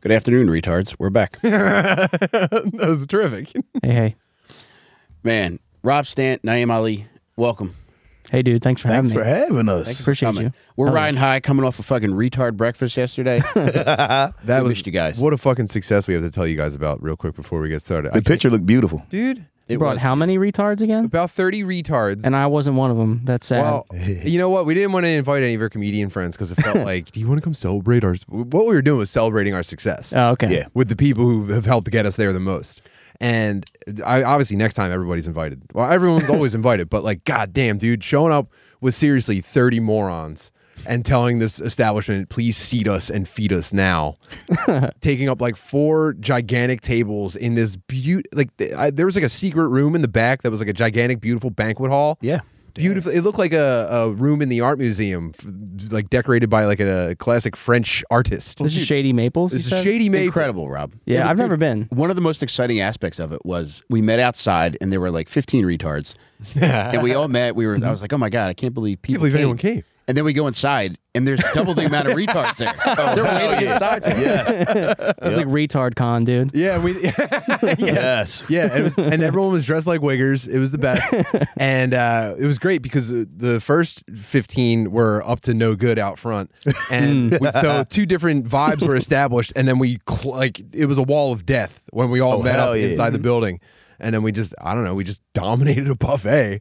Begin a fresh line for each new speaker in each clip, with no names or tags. Good afternoon, retards. We're back.
that was terrific.
Hey, hey,
Man, Rob Stant, Naeem Ali, welcome.
hey, dude! Thanks for
Thanks for
having me.
having us.
Appreciate
Coming.
you.
We're
Oh,
riding high coming off a fucking retard breakfast yesterday.
That
We
was
missed you guys.
What a fucking success we have to tell you guys about real quick before we get started.
The picture looked beautiful.
dude,
It
You brought
was-
how many retards again?
about thirty retards.
And I wasn't one of them. That's sad.
well, you know what? We didn't want to invite any of our comedian friends because it felt like, do you want to come celebrate our? What we were doing was celebrating our success.
oh, okay.
Yeah.
with the people who have helped get us there the most. And I obviously next time everybody's invited. Well, everyone's always invited, but like, goddamn, dude, showing up with seriously thirty morons and telling this establishment, please seat us and feed us now, taking up like four gigantic tables in this beaut. Like th- I, there was like a secret room in the back that was like a gigantic, beautiful banquet hall.
Yeah.
Beautiful. It looked like a, a room in the art museum, f- like decorated by like a, classic French artist.
This is Shady Maples.
This
you
is
said?
shady, Maple.
Incredible, Rob.
Yeah, I've never been.
One of the most exciting aspects of it was we met outside and there were like 15 retards. and we all met. We were I was like, "Oh my god, I can't believe people
believe anyone came.
And then we go inside and there's double the amount of retards there. They're waiting inside for yeah.
It's like retard con, dude.
Yeah, we.
Yes.
Yeah, it was, and everyone was dressed like wiggers. It was the best, and uh, it was great because the- the first fifteen were up to no good out front,
Hmm.
and we, so two different vibes were established, and then we cl- like it was a wall of death when we all
Oh,
met
hell
up
yeah.
inside the building, and then we just I don't know we just dominated a buffet.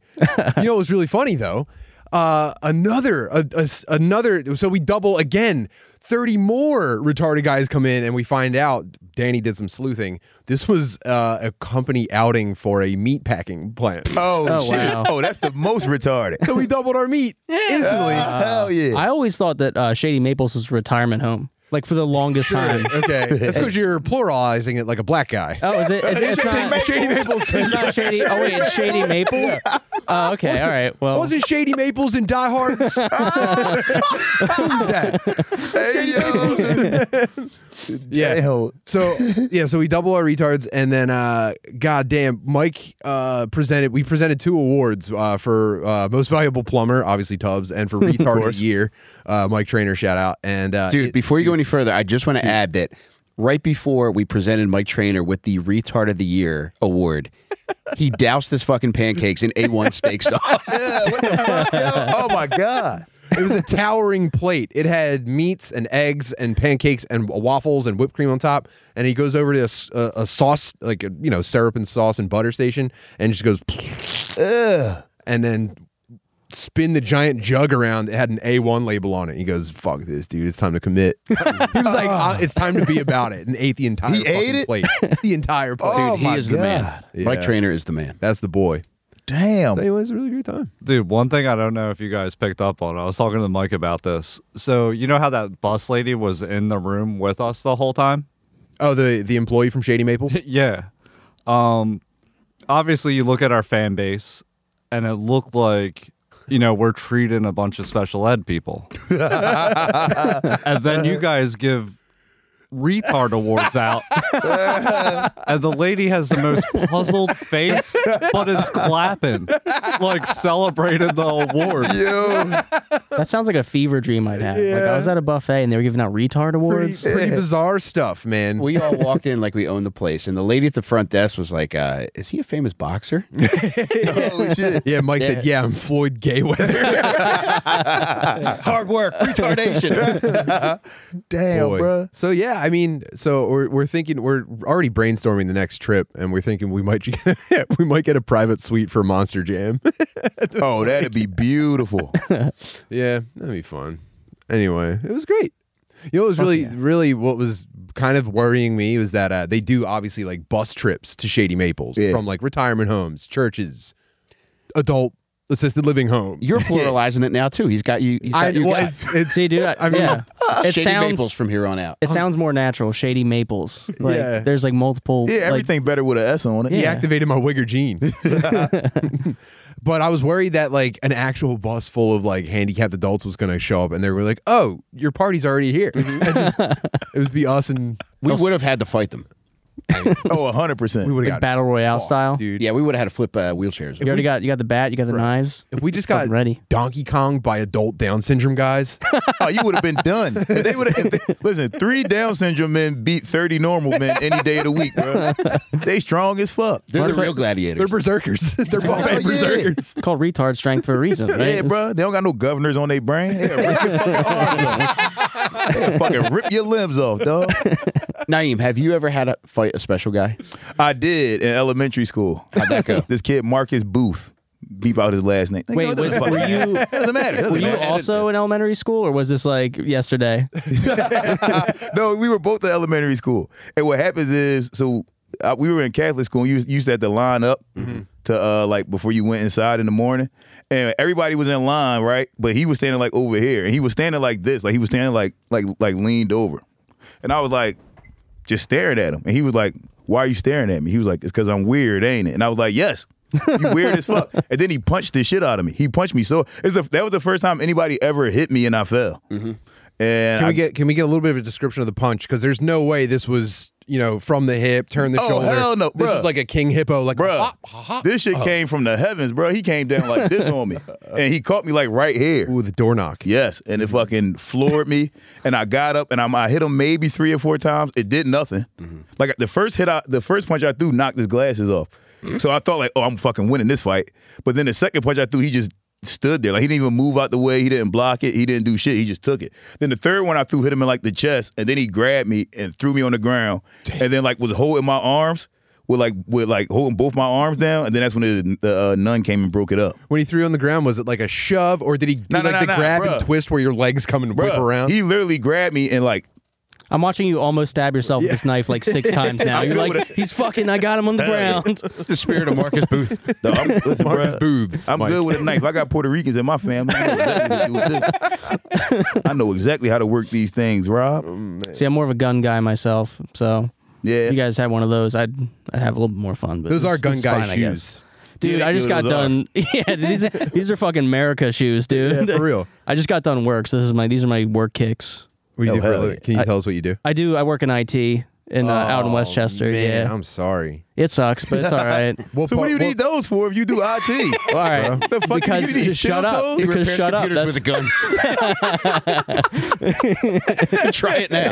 you know, it was really funny though. Uh, another a, a s- another so we double again. 30 more retarded guys come in and we find out Danny did some sleuthing. This was uh, a company outing for a meat packing plant.
Oh,
Oh,
shit.
wow.
Oh, that's the most retarded.
so we doubled our meat instantly.
Hell yeah.
I always thought that uh, Shady Maples was a retirement home, like for the longest time.
okay. That's because you're pluralizing it like a black guy.
Oh, is it? Is it it's
Shady
not,
Shady Maples.
it's not Shady. Oh wait, it's Shady Maple. Oh, okay. All right. Well,
Wasn't Shady Maples in Die Hard? Who's that?
hey, yo. Damn.
So yeah, so we double our retards, and then uh, goddamn, Mike uh, presented. We presented two awards uh, for uh, most valuable plumber, obviously Tubbs, and for retard of the year, uh, Mike Trainer shout out. And uh,
Dude,
it-
before you go any further, I just want to add that right before we presented Mike Trainer with the Retard of the Year award, he doused his fucking pancakes in A1 steak sauce.
Yeah, what the fuck, yo? Oh, my God.
it was a towering plate. It had meats and eggs and pancakes and waffles and whipped cream on top. And he goes over to a, s- a- a sauce, like a, you know, syrup and sauce and butter station, and just goes
Ugh.
and then spin the giant jug around. It had an A1 label on it. He goes, "Fuck this, dude! It's time to commit." he was like, uh, "It's time to be about it," and ate the entire
He
fucking
ate it?
plate. The entire plate.
Oh
Dude, he
my
is the man.
God.
Mike
Yeah.
Trainer is the man.
That's the boy.
Damn.
It was a really great time.
Dude, one thing I don't know if you guys picked up on, I was talking to Mike about this. So, you know how that bus lady was in the room with us the whole time?
Oh, the the employee from Shady Maples.
Yeah. Um, obviously, you look at our fan base, and it looked like, you know, we're treating a bunch of special ed people. and then you guys give retard awards out. and the lady has the most puzzled face, but is clapping, like celebrating the award.
Yo.
that sounds like a fever dream I'd had. Like I was at a buffet and they were giving out retard
Pretty,
awards.
pretty bizarre stuff, man.
We all walked in like we owned the place, and the lady at the front desk was like, uh, "Is he a famous boxer?"
Oh, shit.
yeah, Mike said, "Yeah, I'm Floyd Gayweather."
Hard work, retardation.
Damn,
Boy.
bruh.
So yeah, I mean, so we're, we're thinking we're already brainstorming the next trip, and we're thinking we might we might get a private suite for Monster Jam.
Oh, that'd be beautiful.
Yeah, that'd be fun. Anyway, it was great. You know, it was really, really what was kind of worrying me was that uh, they do obviously like bus trips to Shady Maples
Yeah.
from like retirement homes, churches, adult assisted living homes.
You're pluralizing it now too. He's got you. He's got
I,
you
well,
got.
it's, it's,
See, dude. I,
I mean,
yeah. It
uh, Shady
sounds.
Maples from here on out.
It sounds more natural. Shady Maples. Like
Yeah.
there's like multiple.
Yeah,
like,
everything better with an S on it.
he
Yeah.
activated my wigger gene. but I was worried that like an actual bus full of like handicapped adults was going to show up and they were like, Mm-hmm. oh, your party's already here. I just, it would be us and
we would have had to fight them.
Oh, hundred
We
percent.
would
Like
have got
battle royale style.
dude.
Yeah, we would have had to flip uh, wheelchairs.
You already got you got the bat, you got the knives.
If we just got
Fucking ready.
Donkey Kong by adult Down syndrome guys,
Oh, you would have been done. If they would have. Listen, three Down syndrome men beat thirty normal men any day of the week, bro. They strong as fuck.
They're the
That's
real
right.
they're
gladiators.
berserkers. they're buffet
yeah.
berserkers.
It's called retard strength for a reason, right?
Yeah,
It's-
bro. They don't got no governors on their brain. Yeah, rip your fucking arms off. Yeah, fucking rip your limbs off, dog.
Naeem, have you ever had to fight a special guy?
I did in elementary school.
How'd that go?
This kid Marcus Booth. Beep out his last name. Like,
Wait,
no, it doesn't
was-
fucking
were
matter.
you-
It doesn't matter. It doesn't
Were you
matter.
also in elementary school, or was this like yesterday?
no, we were both in elementary school. And what happens is, so uh, we were in Catholic school. And you, you used to have to line up to uh, like before you went inside in the morning, and everybody was in line, right? But he was standing like over here, and he was standing like this, like he was standing like like like leaned over, and I was like just staring at him, and he was like, "Why are you staring at me?" He was like, "It's because I'm weird, ain't it?" And I was like, "Yes." you weird as fuck, and then he punched the shit out of me. He punched me so. It's the, that was the first time anybody ever hit me, and I fell. And
Can
I
we get can we get a little bit of a description of the punch? Because there's no way this was you know from the hip, turn the
Oh,
shoulder.
hell no,
This
bruh.
was like a king hippo, like
Bruh,
hop, Uh-huh. hop, hop.
This shit came from the heavens, bro. He came down like this on me, and he caught me like right here.
Ooh, the door knock.
Yes, and it fucking floored me. And I got up and I'm, I hit him maybe three or four times. It did nothing. Like the first hit, I, the first punch I threw knocked his glasses off. So I thought like, oh, I'm fucking winning this fight. But then the second punch I threw, he just stood there. Like he didn't even move out the way. He didn't block it. He didn't do shit. He just took it. Then the third one I threw hit him in like the chest, and then he grabbed me and threw me on the ground, and then like was holding my arms. With like with like holding both my arms down, and then that's when the, the uh, nun came and broke it up.
When he threw you on the ground, was it like a shove or did he do
No, no,
like
no,
the
no,
grab and
bruh.
twist where your legs come and whip
Bruh,
around?
He literally grabbed me and like
I'm watching you almost stab yourself with this knife like six times now. You're like, he's fucking. I got him on the ground.
It's the spirit of Marcus Booth.
No, I'm, listen,
Marcus
bruh,
Booths.
I'm
Mike.
good with a knife. I got Puerto Ricans in my family. I know exactly, what to do with this. I know exactly how to work these things, Rob.
See, I'm more of a gun guy myself, so
Yeah.
if you guys had one of those, I'd I'd have a little bit more fun. But
Those
this-
are
this
gun
is
guy
fine, I guess.
shoes.
dude.
Yeah,
I just
dude,
got
those are.
done. Yeah, these are, these are fucking America shoes, dude.
Yeah, for real.
I just got done work, so this is my these are my work kicks.
What do you
Oh,
do for a
hell
living? Can you tell us what you do?
I do. I work in IT in uh, out in Westchester.
Man,
yeah,
I'm sorry.
it sucks, but it's all right.
So what do you need those for if you do IT?
All right.
the fuck do
Because
you need?
shut up.
Steel toes?
Because shut up.
Computers
That's
with a gun. Try it now.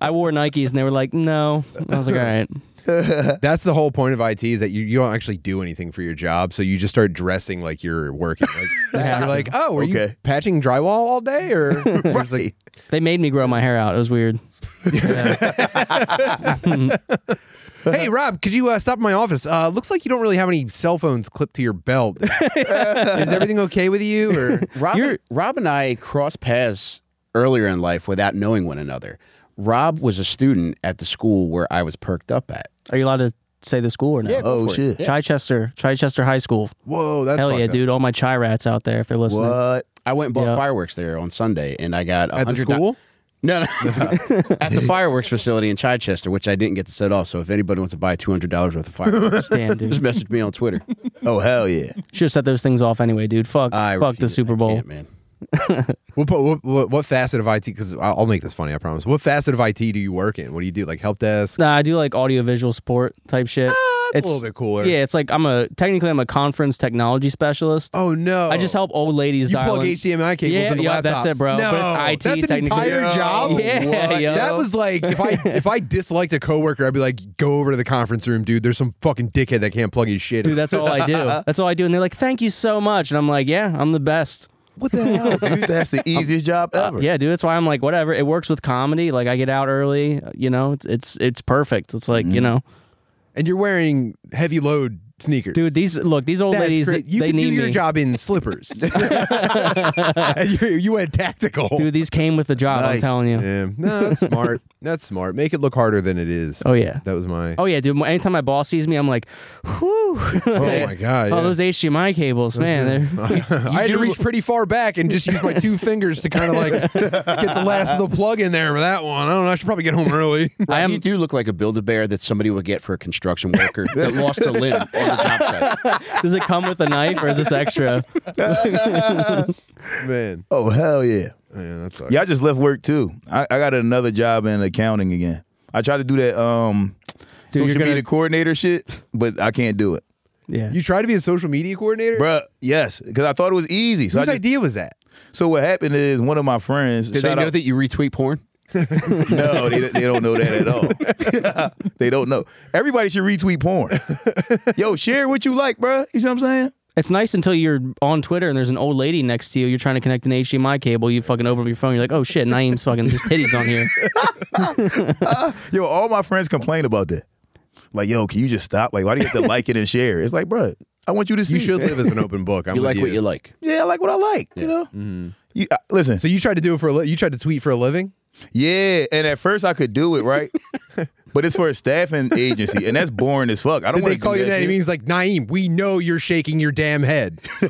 I wore Nikes and they were like, no. I was like, all right.
That's the whole point of IT is that you, you don't actually do anything for your job, so you just start dressing like you're working. Like, you're like, oh, were you
Okay.
patching drywall all day, or you're just like,
They made me grow my hair out. It was weird. Yeah.
hey, Rob, could you uh, stop in my office? Uh, looks like you don't really have any cell phones clipped to your belt. is everything okay with you? Or
Rob,
You're-
Rob and I crossed paths earlier in life without knowing one another. Rob was a student at the school where I was perked up at.
Are you allowed to say the school or no?
Oh shit!
Chichester, Chichester High School.
whoa, that's
Hell
fucked
yeah,
up.
dude. All my Chi rats out there if they're listening.
What?
Uh, I went and bought
Yeah.
fireworks there on Sunday, and I got
At the
100
school,
No, no. at the fireworks facility in Chichester, which I didn't get to set off. So if anybody wants to buy two hundred dollars worth of fireworks,
Damn,
just
dude.
message me on Twitter.
Oh hell yeah!
Should have set those things off anyway, dude. Fuck,
I
fuck the
refuse.
Super
I
Bowl.
can't, man.
what, pa- what, what, what facet of IT? Because I'll I'll make this funny, I promise. What facet of IT do you work in? What do you do? Like help desk?
Nah, I do like audio visual support type shit.
Ah, That's a little bit cooler.
Yeah, it's like I'm a technically I'm a conference technology specialist.
Oh no!
I just help old ladies
You
dial
plug
in.
HDMI cables
yeah,
into
yeah,
laptops.
that's it, bro.
No,
but it's IT
that's an
technically.
entire
Yo,
job.
Yeah,
what?
yo.
That was like if I if I disliked a coworker, I'd be like, go over to the conference room, dude. There's some fucking dickhead that can't plug his shit.
Dude,
in."
that's all I do. That's all I do. And they're like, thank you so much. And I'm like, yeah, I'm the best.
What the hell, dude? That's the easiest job ever.
Yeah, dude. That's why I'm like, whatever. It works with comedy. Like, I get out early. You know, it's it's, it's perfect. It's like,
Mm-hmm.
you know,
and you're wearing heavy load sneakers,
dude. These look, these old
That's
ladies,
great. You
they
can
need
do your
me.
job in slippers. And you, you went tactical.
Dude, these came with the job. I'm
Nice.
telling you.
Yeah, no, that's smart. That's smart. Make it look harder than it is.
Oh yeah.
That was my.
Oh yeah, dude. Anytime my boss sees me, I'm like, whew.
Oh my god!
Oh,
yeah.
those HDMI cables, man. They're,
I had to reach pretty far back and just use my two fingers to kind of like get the last of the plug in there for that one. I don't know. I should probably get home early.
I
you
am.
do look like a build a bear that somebody would get for a construction worker that lost a limb on the job site.
Does it come with a knife or is this extra?
Man,
Oh hell yeah!
yeah, that's
Yeah, I just left work too. I, I got another job in accounting again. I tried to do that um,
Dude, you're
social
gonna-
media coordinator shit, but I can't do it,
Yeah.
You try to be a social media coordinator?
Bruh, Yes, because I thought it was easy. So I
Whose
just,
idea was that?
so what happened is one of my friends.
Did
shout
they know
out,
that you retweet porn?
No, they, they don't know that at all. they don't know. Everybody should retweet porn. Yo, share what you like, bruh. You see what I'm saying?
It's nice until you're on Twitter and there's an old lady next to you. You're trying to connect an HDMI cable. You fucking open up your phone. You're like, oh shit, Naeem's fucking there's titties on here.
Yo, all my friends complain about that. Like, yo, can you just stop? Like, why do you have to like it and share? It's like, bruh, I want you to see.
You should live as an open book. I'm
You
with
like
you.
what you like.
Yeah, I like what I like. You know. You, uh, listen.
Mm-hmm. So you tried to do it for a li- you tried to tweet for a living?
Yeah, and at first I could do it right, but it's for a staffing agency, and that's boring as fuck. I don't
Did
want
they
to
call you that? It means like Naeem, we know you're shaking your damn head. Please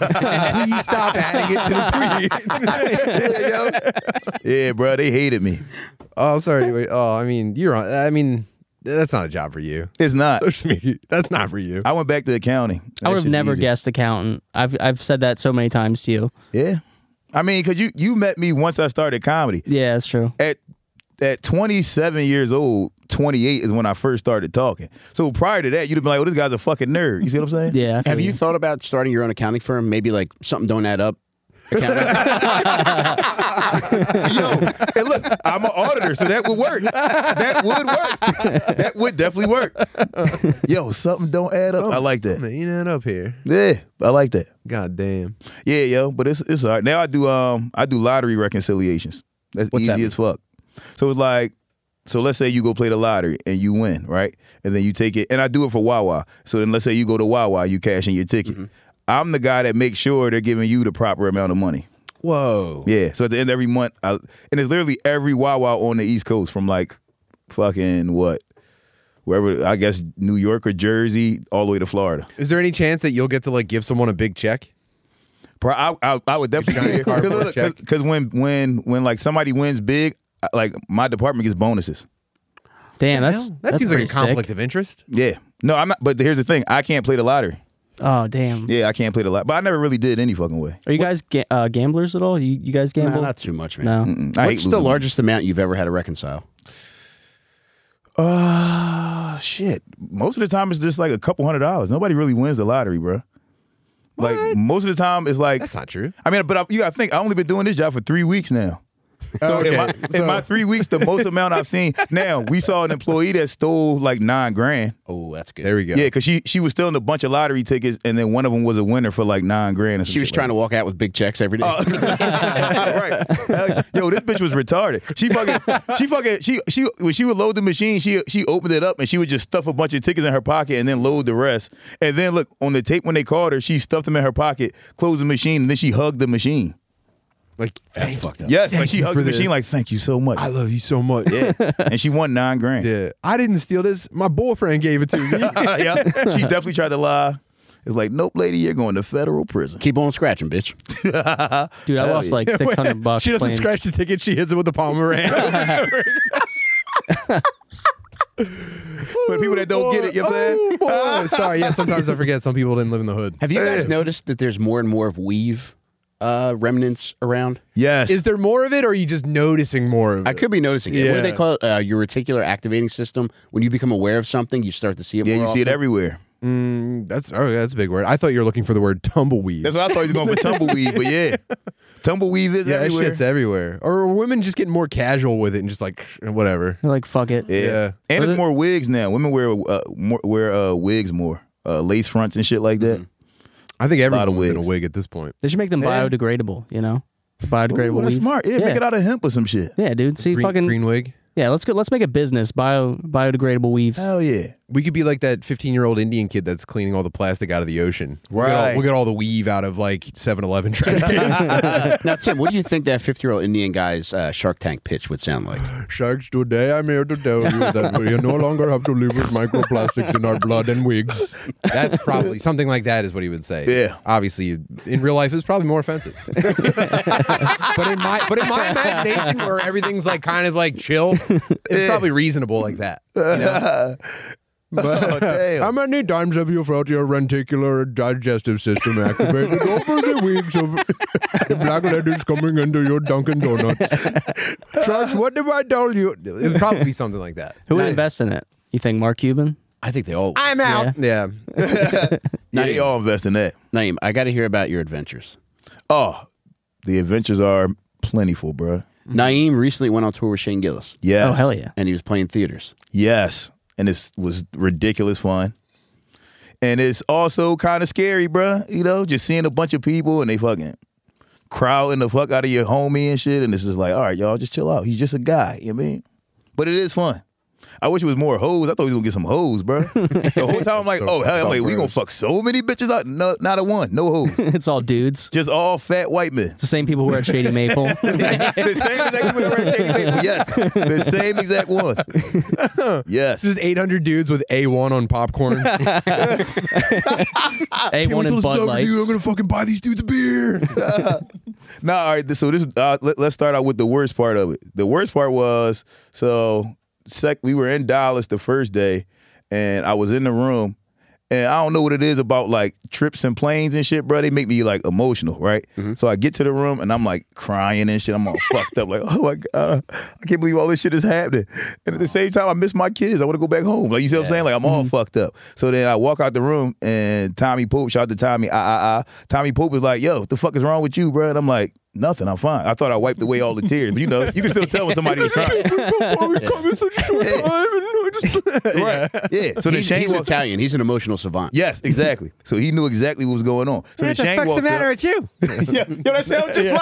stop adding it to the tweet.
yeah, yo. yeah, bro, they hated me.
oh, sorry. Wait, oh, I mean, you're on. I mean, that's not a job for you.
It's not.
Push me. That's not for you.
I went back to accounting.
I would
That
have
shit's
never
easy.
guessed accountant. I've I've said that so many times to you.
Yeah, I mean, cause you you met me once I started comedy
Yeah, that's true.
at at 27 years old. 28 is when I first started talking. So prior to that, you'd have been like, "Oh, this guy's a fucking nerd." You see what I'm saying?
Yeah. I feel
Have you thought about starting your own accounting firm? Maybe like something don't add up. Accounting.
Yo, and look, I'm an auditor, so that would work. That would work. That would definitely work. Yo, something don't add up. I like that.
Man, you know, up here.
Yeah, I like that.
God damn.
Yeah, yo, but it's it's all right. Now I do um I do lottery reconciliations. That's
What's
easy
that mean?
as fuck. So it's like, so let's say you go play the lottery and you win, right? And then you take it, and I do it for Wawa. So then let's say you go to Wawa, you cash in your ticket. I'm the guy that makes sure they're giving you the proper amount of money.
Whoa.
Yeah. So at the end of every month, I, and it's literally every Wawa on the East Coast from like fucking what, wherever I guess New York or Jersey, all the way to Florida.
Is there any chance that you'll get to like give someone a big check?
Bro, I, I I would definitely
Giant cardboard check.
because when when when like somebody wins big, I- like my department gets bonuses.
Damn, that's
Hell, that
that's
seems like a
pretty
conflict
sick.
of interest.
Yeah. No, I'm not. But here's the thing: I can't play the lottery.
Oh damn.
Yeah, I can't play the lottery. But I never really did any fucking way.
Are you guys ga- uh, gamblers at all? You you guys
Nah,
gamble?
not too much, man.
no.
Mm, I hate
What's the
losing.
largest amount you've ever had to reconcile?
Uh, shit. Most of the time, it's just like a couple hundred dollars. Nobody really wins the lottery, bro. Like most of the time, it's like
That's not true.
I mean, but I, you got to think. I only been doing this job for three weeks now. So in, my, in my three weeks, the most amount I've seen. Now we saw an employee that stole like nine grand.
Oh, that's good.
There we go.
Yeah, because she she was stealing a bunch of lottery tickets, and then one of them was a winner for like nine grand. Or
she was trying to walk out with big checks every day.
right. Like, yo, this bitch was retarded. She fucking, she fucking, she she when she would load the machine, she she opened it up and she would just stuff a bunch of tickets in her pocket and then load the rest. And then look on the tape when they called her, she stuffed them in her pocket, closed the machine, and then she hugged the machine.
Like, thank you.
Yes, like she
you
hugged
for
the machine
this.
like thank you so much.
I love you so much.
yeah, and she won nine grand.
Yeah. I didn't steal this. My boyfriend gave it to me.
yeah, she definitely tried to lie. It's like, nope, lady, you're going to federal prison.
Keep on scratching, bitch.
Dude, I lost like six hundred bucks.
She doesn't
playing-
scratch the ticket. She hits it with the Pomeranian.
For the people that don't get it, you know what I'm saying?
Oh, boy. Sorry. Yeah. Sometimes I forget. Some people didn't live in the hood.
Have you guys noticed that there's more and more of weave uh, remnants around?
Yes.
Is there more of it, or are you just noticing more of it?
I could be noticing it. What do they
Yeah.
call it? Uh, your reticular activating system. When you become aware of something, you start to see it.
yeah,
more
you see it
often.
everywhere.
Mm, that's oh, that's a big word. I thought you were looking for the word tumbleweed.
That's why I thought he was going for tumbleweed, but yeah. Tumbleweed is
yeah, that
everywhere.
shit's everywhere. Or are women just getting more casual with it and just like eh, whatever.
They're like, fuck it.
yeah.
yeah.
And
Was it-
there's more wigs now. Women wear uh, more, wear uh, wigs more, uh, lace fronts and shit like that.
I think
Lot of
everyone's in a
wigs.
wig at this point.
They should make them
Yeah.
biodegradable. You know, The
Ooh,
biodegradable.
that's
leaves.
smart. Yeah, make it out of hemp or some shit.
Yeah, dude. See,
Green,
fucking
green wig.
yeah. Let's go. Let's make a business bio biodegradable weaves.
Hell yeah.
We could be like that 15 year old Indian kid that's cleaning all the plastic out of the ocean. We'll get all,
Right.
we'll get all the weave out of like 7 Eleven trash
now, Tim, what do you think that 50 year old Indian guy's uh, Shark Tank pitch would sound like?
Sharks, today I'm here to tell you that we no longer have to live with microplastics in our blood and wigs. That's probably something like that is what he would say.
Yeah.
Obviously, in real life, it's probably more offensive. but in my but in my imagination, where everything's like kind of like chill, it's probably reasonable like that.
Oh, damn.
How many times have you felt your reticular digestive system activated over the weeks of the black ladies coming into your Dunkin' Donuts? Sharks, what did I tell you? It would probably be something like that.
Who would invest in it? You think Mark Cuban?
I think they all.
I'm out. Yeah.
yeah, they all invest in that.
Naeem, I got to hear about your adventures.
Oh, the adventures are plentiful, bro.
Naeem recently went on tour with Shane Gillis,
Yes.
Oh hell yeah!
and he was playing theaters.
Yes. And it was ridiculous fun. And it's also kind of scary, bruh. You know, just seeing a bunch of people and they fucking crowding the fuck out of your homie and shit. And it's just like, all right, y'all, just chill out. He's just a guy. You know what I mean? But it is fun. I wish it was more hoes. I thought we was gonna get some hoes, bruh. the whole time I'm like, oh hell, I'm like, we gonna fuck so many bitches out? No, not a one, no hoes.
It's all dudes.
just all fat white men.
It's the same people who are at Shady Maple.
the same exact people that were at Shady Maple. Yes, the same exact ones. Yes,
It's just 800 dudes with A1 on popcorn.
A one and Bud Lights.
Dude, I'm going to fucking buy these dudes a beer.
No, all right. this- So this uh, let, let's start out with the worst part of it. The worst part was so sec. We were in Dallas the first day, and I was in the room, and I don't know what it is about like trips and planes and shit, bro. They make me like emotional, right?
Mm-hmm.
So I get to the room and I'm like crying and shit. I'm all fucked up, like oh my god, I can't believe all this shit is happening. And at the same time, I miss my kids. I want to go back home. Like you see what I'm saying? Like I'm all fucked up. So then I walk out the room and Tommy Pope, shout out to Tommy, I, I, I. Tommy Pope was like, yo, what the fuck is wrong with you, bro? And I'm like. Nothing. I'm fine. I thought I wiped away all the tears, but you know, you can still tell when somebody was crying.
Before we come in such a short time. And I just,
Right? Yeah. So then
He's,
Shane
he's
walked.
Italian. He's an emotional savant.
Yes, exactly. So he knew exactly what was going on. So then Shane walked up.
with you?
yeah, yo, that sounds just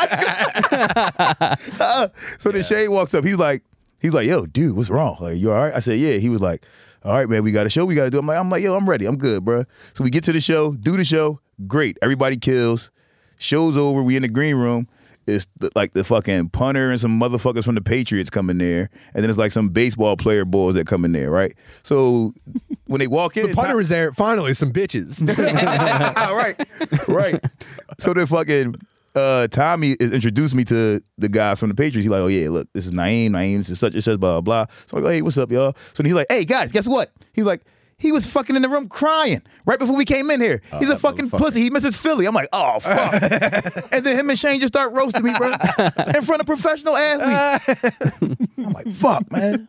like. Uh, so then Shane walks up. He's like, he's like, yo, dude, what's wrong? Like, you all right? I said, yeah. He was like, all right, man, we got a show we got to do. I'm like, I'm like, yo, I'm ready. I'm good, bro. So we get to the show, do the show. Great, everybody kills. Show's over. We in the green room. It's the, like the fucking punter and some motherfuckers from the Patriots come in there, and then it's like some baseball player boys that come in there, right? So when they walk in,
The punter was there. Finally, some bitches.
right, right. So then fucking uh, Tommy is- introduced me to the guys from the Patriots. He's like, oh yeah, look, this is Naeem. Naeem, this is such and such, blah, blah, blah. So I'm like, hey, what's up, y'all? So then he's like, hey, guys, guess what? He's like, he was fucking in the room crying right before we came in here. He's a fucking pussy. He misses Philly. I'm like, oh, fuck. and then him and Shane just start roasting me, bro, in front of professional athletes. I'm like, fuck, man.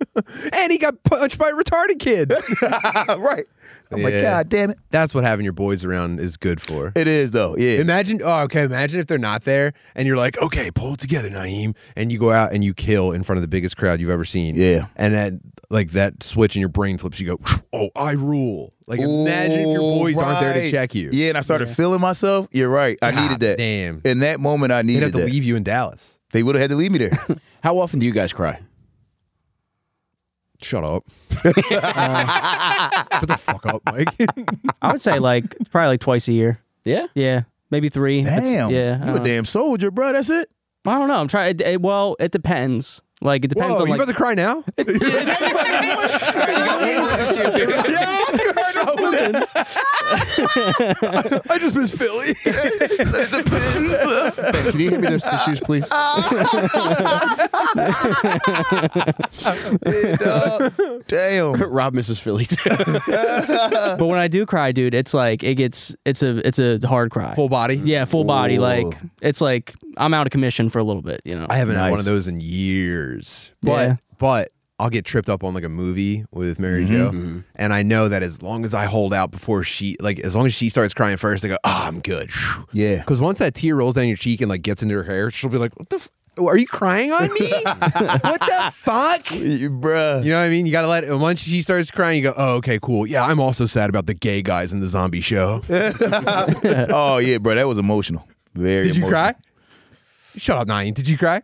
and he got punched by a retarded kid.
right. I'm like,
Yeah.
God damn it.
That's what having your boys around is good for.
It is, though. Yeah.
Imagine, oh, okay. Imagine if they're not there, and you're like, okay, pull it together, Naeem, and you go out and you kill in front of the biggest crowd you've ever seen.
Yeah.
and that like that switch in your brain flips. You go, oh, I rule. Like imagine if your
Ooh,
boys aren't there to
right.
check you.
Yeah, and I started feeling myself. You're right. I
God
needed that.
damn.
In that moment, I
They'd
needed
have to
that.
leave you in Dallas.
They would have had to leave me there.
How often do you guys cry?
Shut up. Shut the fuck up, Mike.
I would say like probably like twice a year.
Yeah.
Yeah, maybe three. That's-
damn.
yeah. uh-huh. I
You a
don't, know.
damn soldier, bro. That's it.
I don't know. I'm trying. It, it- well, it depends. Like it depends
Whoa,
on
you
like.
about to cry now? I just miss Philly.
Ben, can you hand me those tissues, please?
Uh,
Yeah, dog. damn.
Rob misses Philly. too.
but when I do cry, dude, it's like it gets. It's a. It's a hard cry.
Full body.
Yeah, full body.
Ooh.
Like it's like I'm out of commission for a little bit. You know.
I haven't had one
Nice.
of those in years. But
Yeah.
but I'll get tripped up on like a movie with Mary Jo, and I know that as long as I hold out before she like as long as she starts crying first, I go, "Ah, I'm good."
Yeah.
Because once that tear rolls down your cheek and like gets into her hair, she'll be like, "What the? F- are you crying on me? what the fuck?"
You- Bruh.
You know what I mean? You gotta let. and Once she starts crying, you go, "Oh, okay, cool. Yeah, I'm also sad about the gay guys in the zombie show."
oh yeah, bro. That was emotional. Very.
Did you
emotional.
cry? Shut up, Nine. Did you cry?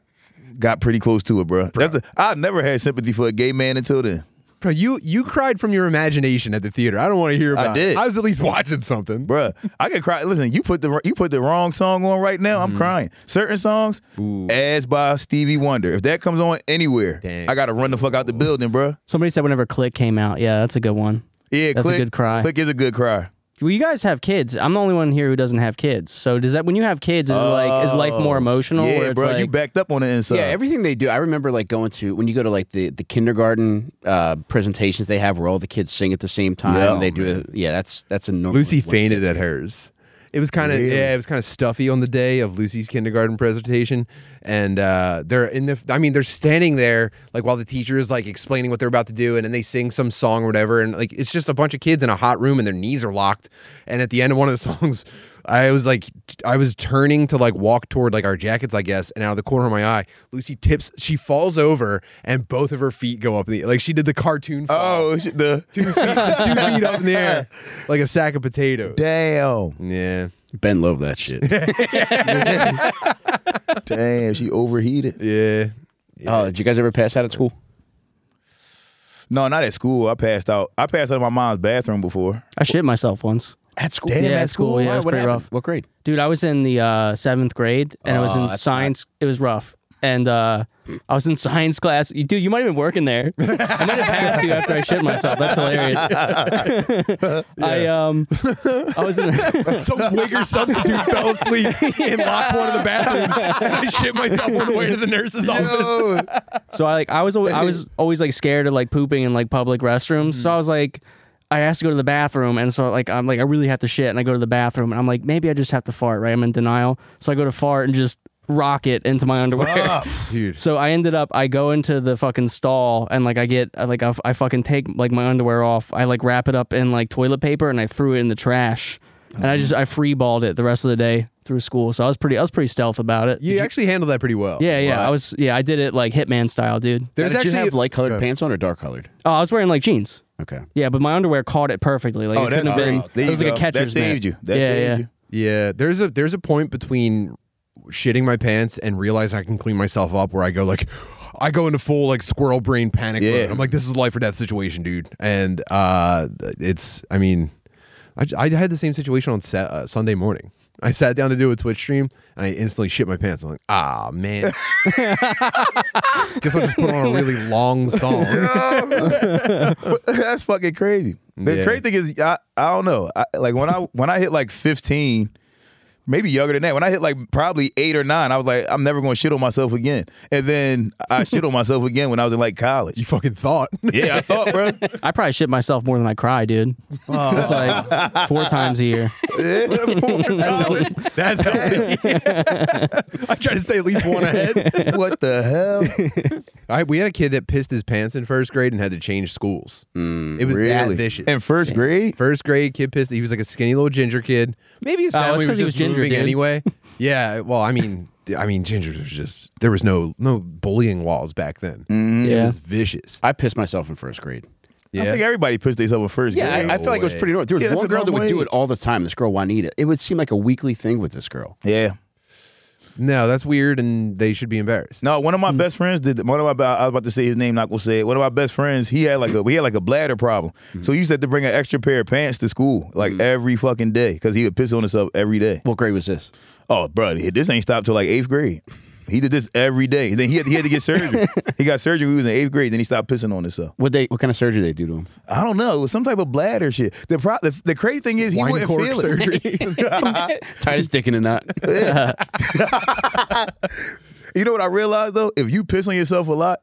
Got pretty close to it, bro. That's the, I never had sympathy for a gay man until then.
Bro, you you cried from your imagination at the theater. I don't want to hear
I
about. it.
did.
I was at least watching something.
Bruh, I could cry. Listen, you put the you put the wrong song on right now.
Mm-hmm.
I'm crying. Certain songs, as by Stevie Wonder. If that comes on anywhere,
Dang.
I gotta run the fuck out the building, bruh.
Somebody said whenever Click came out. Yeah, that's a good one.
Yeah,
That's a
click,
good cry.
Click is a good cry.
Well, you guys have kids. I'm the only one here who doesn't have kids. So does that when you have kids is it like is life more emotional? where
Oh. Yeah,
it's
bro,
like,
you backed up on the inside.
Yeah, everything they do. I remember like going to when you go to like the the kindergarten uh, presentations they have where all the kids sing at the same time.
Yeah,
and they do. Yeah, Oh, that's that's a normal.
Lucy fainted at hers. It was kind of
Really?
yeah, it was kind of stuffy on the day of Lucy's kindergarten presentation, and uh, they're in the. I mean, they're standing there like while the teacher is like explaining what they're about to do, and then they sing some song or whatever, and like it's just a bunch of kids in a hot room, and their knees are locked. And at the end of one of the songs, I was like, t- I was turning to like walk toward like our jackets, I guess, and out of the corner of my eye, Lucy tips, she falls over, and both of her feet go up in the like she did the cartoon. Fall.
Oh, shit, the
Two feet, just two feet up in the air, like a sack of potatoes.
damn,
Yeah.
Ben loved that shit.
damn, she overheated.
Yeah.
Oh, did you guys ever pass out at school?
No, not at school. I passed out. I passed out in my mom's bathroom before.
I shit myself once.
At school?
Damn,
Yeah,
at
at school,
school.
yeah, it
Why?
was
what
pretty
happened?
rough.
What grade?
Dude, I was in the uh, seventh grade and I was
Oh,
in
that's
science. It was rough. And uh, I was in science class. You- Dude, you might have been working there. I might have passed you after I shit myself. That's hilarious. I um, I was in.
Some wigger substitute fell asleep and locked one of the bathrooms, and I shit myself on the way to the nurse's office.
Oh,
So I like I was always, I was always like scared of like pooping in like public restrooms.
Mm.
So I was like I asked to go to the bathroom and so like I'm like I really have to shit and I go to the bathroom and I'm like maybe I just have to fart, right? I'm in denial. So I go to fart and just rock it into my underwear.
Dude.
so I ended up I go into the fucking stall and like I get like I, I fucking take like my underwear off. I like wrap it up in like toilet paper and I threw it in the trash. And I just I
Mm.
freeballed it the rest of the day through school. So I was pretty I was pretty stealth about it.
You actually handled that pretty well.
yeah, yeah. I was yeah, I did it like hitman style, dude.
There's
did
actually
you have light colored
Go.
pants on or dark colored?
Oh, I was wearing like jeans.
Okay.
Yeah, but my underwear caught it perfectly. Like
Oh,
it
that's
couldn't have been.
great. There
it was
you
like a
go. That
catcher's net.
saved you. That
yeah,
saved
yeah.
you.
Yeah. There's a there's a point between shitting my pants and realize I can clean myself up where I go like I go into full like squirrel brain panic
Yeah.
mode. I'm like, this is a life or death situation, dude. And uh it's I mean I, I had the same situation on Sa- uh, Sunday morning. I sat down to do a Twitch stream and I instantly shit my pants. I'm like, ah man. Guess I'll just put on a really long song.
That's fucking crazy. The
Yeah.
crazy thing is, I, I don't know. I, like when I when I hit like fifteen, maybe younger than that. When I hit like probably eight or nine, I was like, I'm never going to shit on myself again. And then I shit on myself again when I was in like college.
You fucking thought.
Yeah, I thought, bro.
I probably shit myself more than I cry, dude.
Oh.
It's like four times a year.
That's healthy. I try to stay at least one ahead.
what the hell?
I, we had a kid that pissed his pants in first grade and had to change schools.
Mm,
it was that vicious.
In first grade?
first grade, kid pissed. He was like a skinny little ginger kid. Maybe his
Oh, it's
family
'cause
was
he
just
was ginger,
moving
dude.
anyway. yeah. Well, I mean, I mean, ginger was just there was no no bullying laws back then.
Mm-hmm.
It
Yeah.
was vicious.
I pissed myself in first grade.
I think everybody pissed themselves in first
Yeah,
grade.
I, I feel like it was
way.
pretty normal. There was
Yeah, that's
one
a
girl that would
normal
do
age.
it all the time. This girl Juanita. It would seem like a weekly thing with this girl.
yeah.
No, that's weird, and they should be embarrassed.
No, one of my best friends did. One of my I was about to say his name, not gonna say it. One of my best friends, he had like a he had like a bladder problem, so he used to have to bring an extra pair of pants to school like every fucking day because he would piss on himself every day.
What grade was this?
Oh, bro, this ain't stopped till like eighth grade. He did this every day. Then he had, he had to get surgery. he got surgery. when He was in eighth grade. Then he stopped pissing on himself.
What they? What kind of surgery they do to him?
I don't know. It was some type of bladder shit. The pro, the, the crazy thing is he
Wine
wouldn't
cork
feel it.
surgery.
Tie his dick in a knot.
You know what I realized though? If you piss on yourself a lot,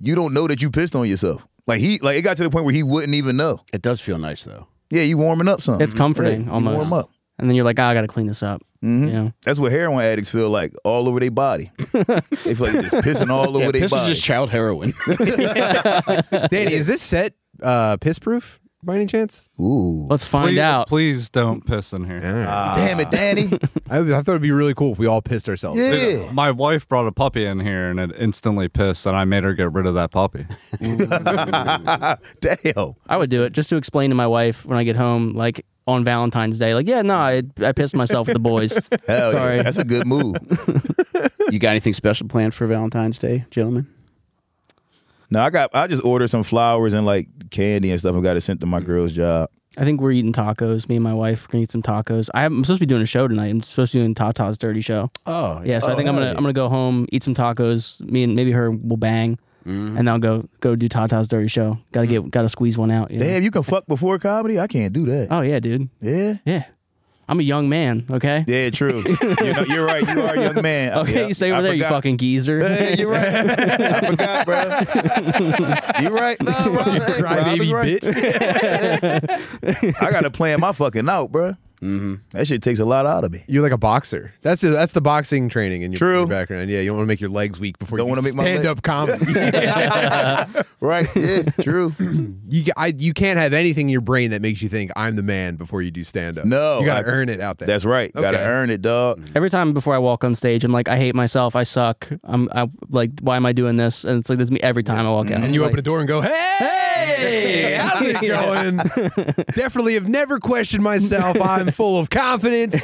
you don't know that you pissed on yourself. Like he like it got to the point where he wouldn't even know.
It does feel nice though.
Yeah, you warming up something.
It's comforting
you
almost.
Warm up. Mm-hmm.
And then you're like, oh, I got to clean this up. You know?
That's what heroin addicts feel like all over their body. they feel like they're just pissing all over their
this is
body.
just child heroin.
Danny, is this set uh, piss proof by any chance?
Ooh.
Let's find
please,
out.
Please don't piss in here.
Damn it, Danny.
I, I thought it'd be really cool if we all pissed ourselves.
Yeah.
My wife brought a puppy in here and it instantly pissed, and I made her get rid of that puppy.
Damn.
I would do it just to explain to my wife when I get home, like on Valentine's Day, like, yeah, no, I, I pissed myself with the boys.
Hell
Sorry.
yeah. That's a good move.
you got anything special planned for Valentine's Day, gentlemen?
no, I got I just ordered some flowers and like candy and stuff and got it sent to my girl's job.
I think we're eating tacos. Me and my wife are gonna eat some tacos. I have, I'm supposed to be doing a show tonight. I'm supposed to be doing Tata's Dirty Show.
Oh,
Yeah, so I think I'm gonna I'm gonna go home, eat some tacos. Me and maybe her will bang,
Mm-hmm.
and I'll go go do Tata's dirty show. Got to get got to squeeze one out. you know?
Damn, you can fuck before comedy? I can't do that.
Oh yeah, dude.
Yeah.
Yeah, I'm a young man. Okay.
Yeah, true. you know, you're right. You are a young man.
Okay,
Yeah,
you stay over
I
there, you
forgot.
fucking geezer.
Hey, you're right. I forgot, bro. You're right. No, Rob, hey, Rob is
Crybaby
right.
bitch.
I gotta plan my fucking out, bro. That shit takes a lot out of me.
You're like a boxer. That's the, that's the boxing training in your,
True.
your background. Yeah, you don't want to make your legs weak before
Don't
you
wanna make my leg-
stand up comedy.
Right? Yeah, true.
you ca- I, you can't have anything in your brain that makes you think I'm the man before you do stand up.
No,
you got to
I-
earn it out there.
That's right. Gotta
Okay.
earn it, dog.
Every time before I walk on stage, I'm like, I hate myself. I suck. I'm I, like, why am I doing this? And it's like this is me every time I walk
Mm-hmm.
out.
and you
like,
open a door and go, hey, how's it going? Definitely have never questioned myself. I'm full of confidence.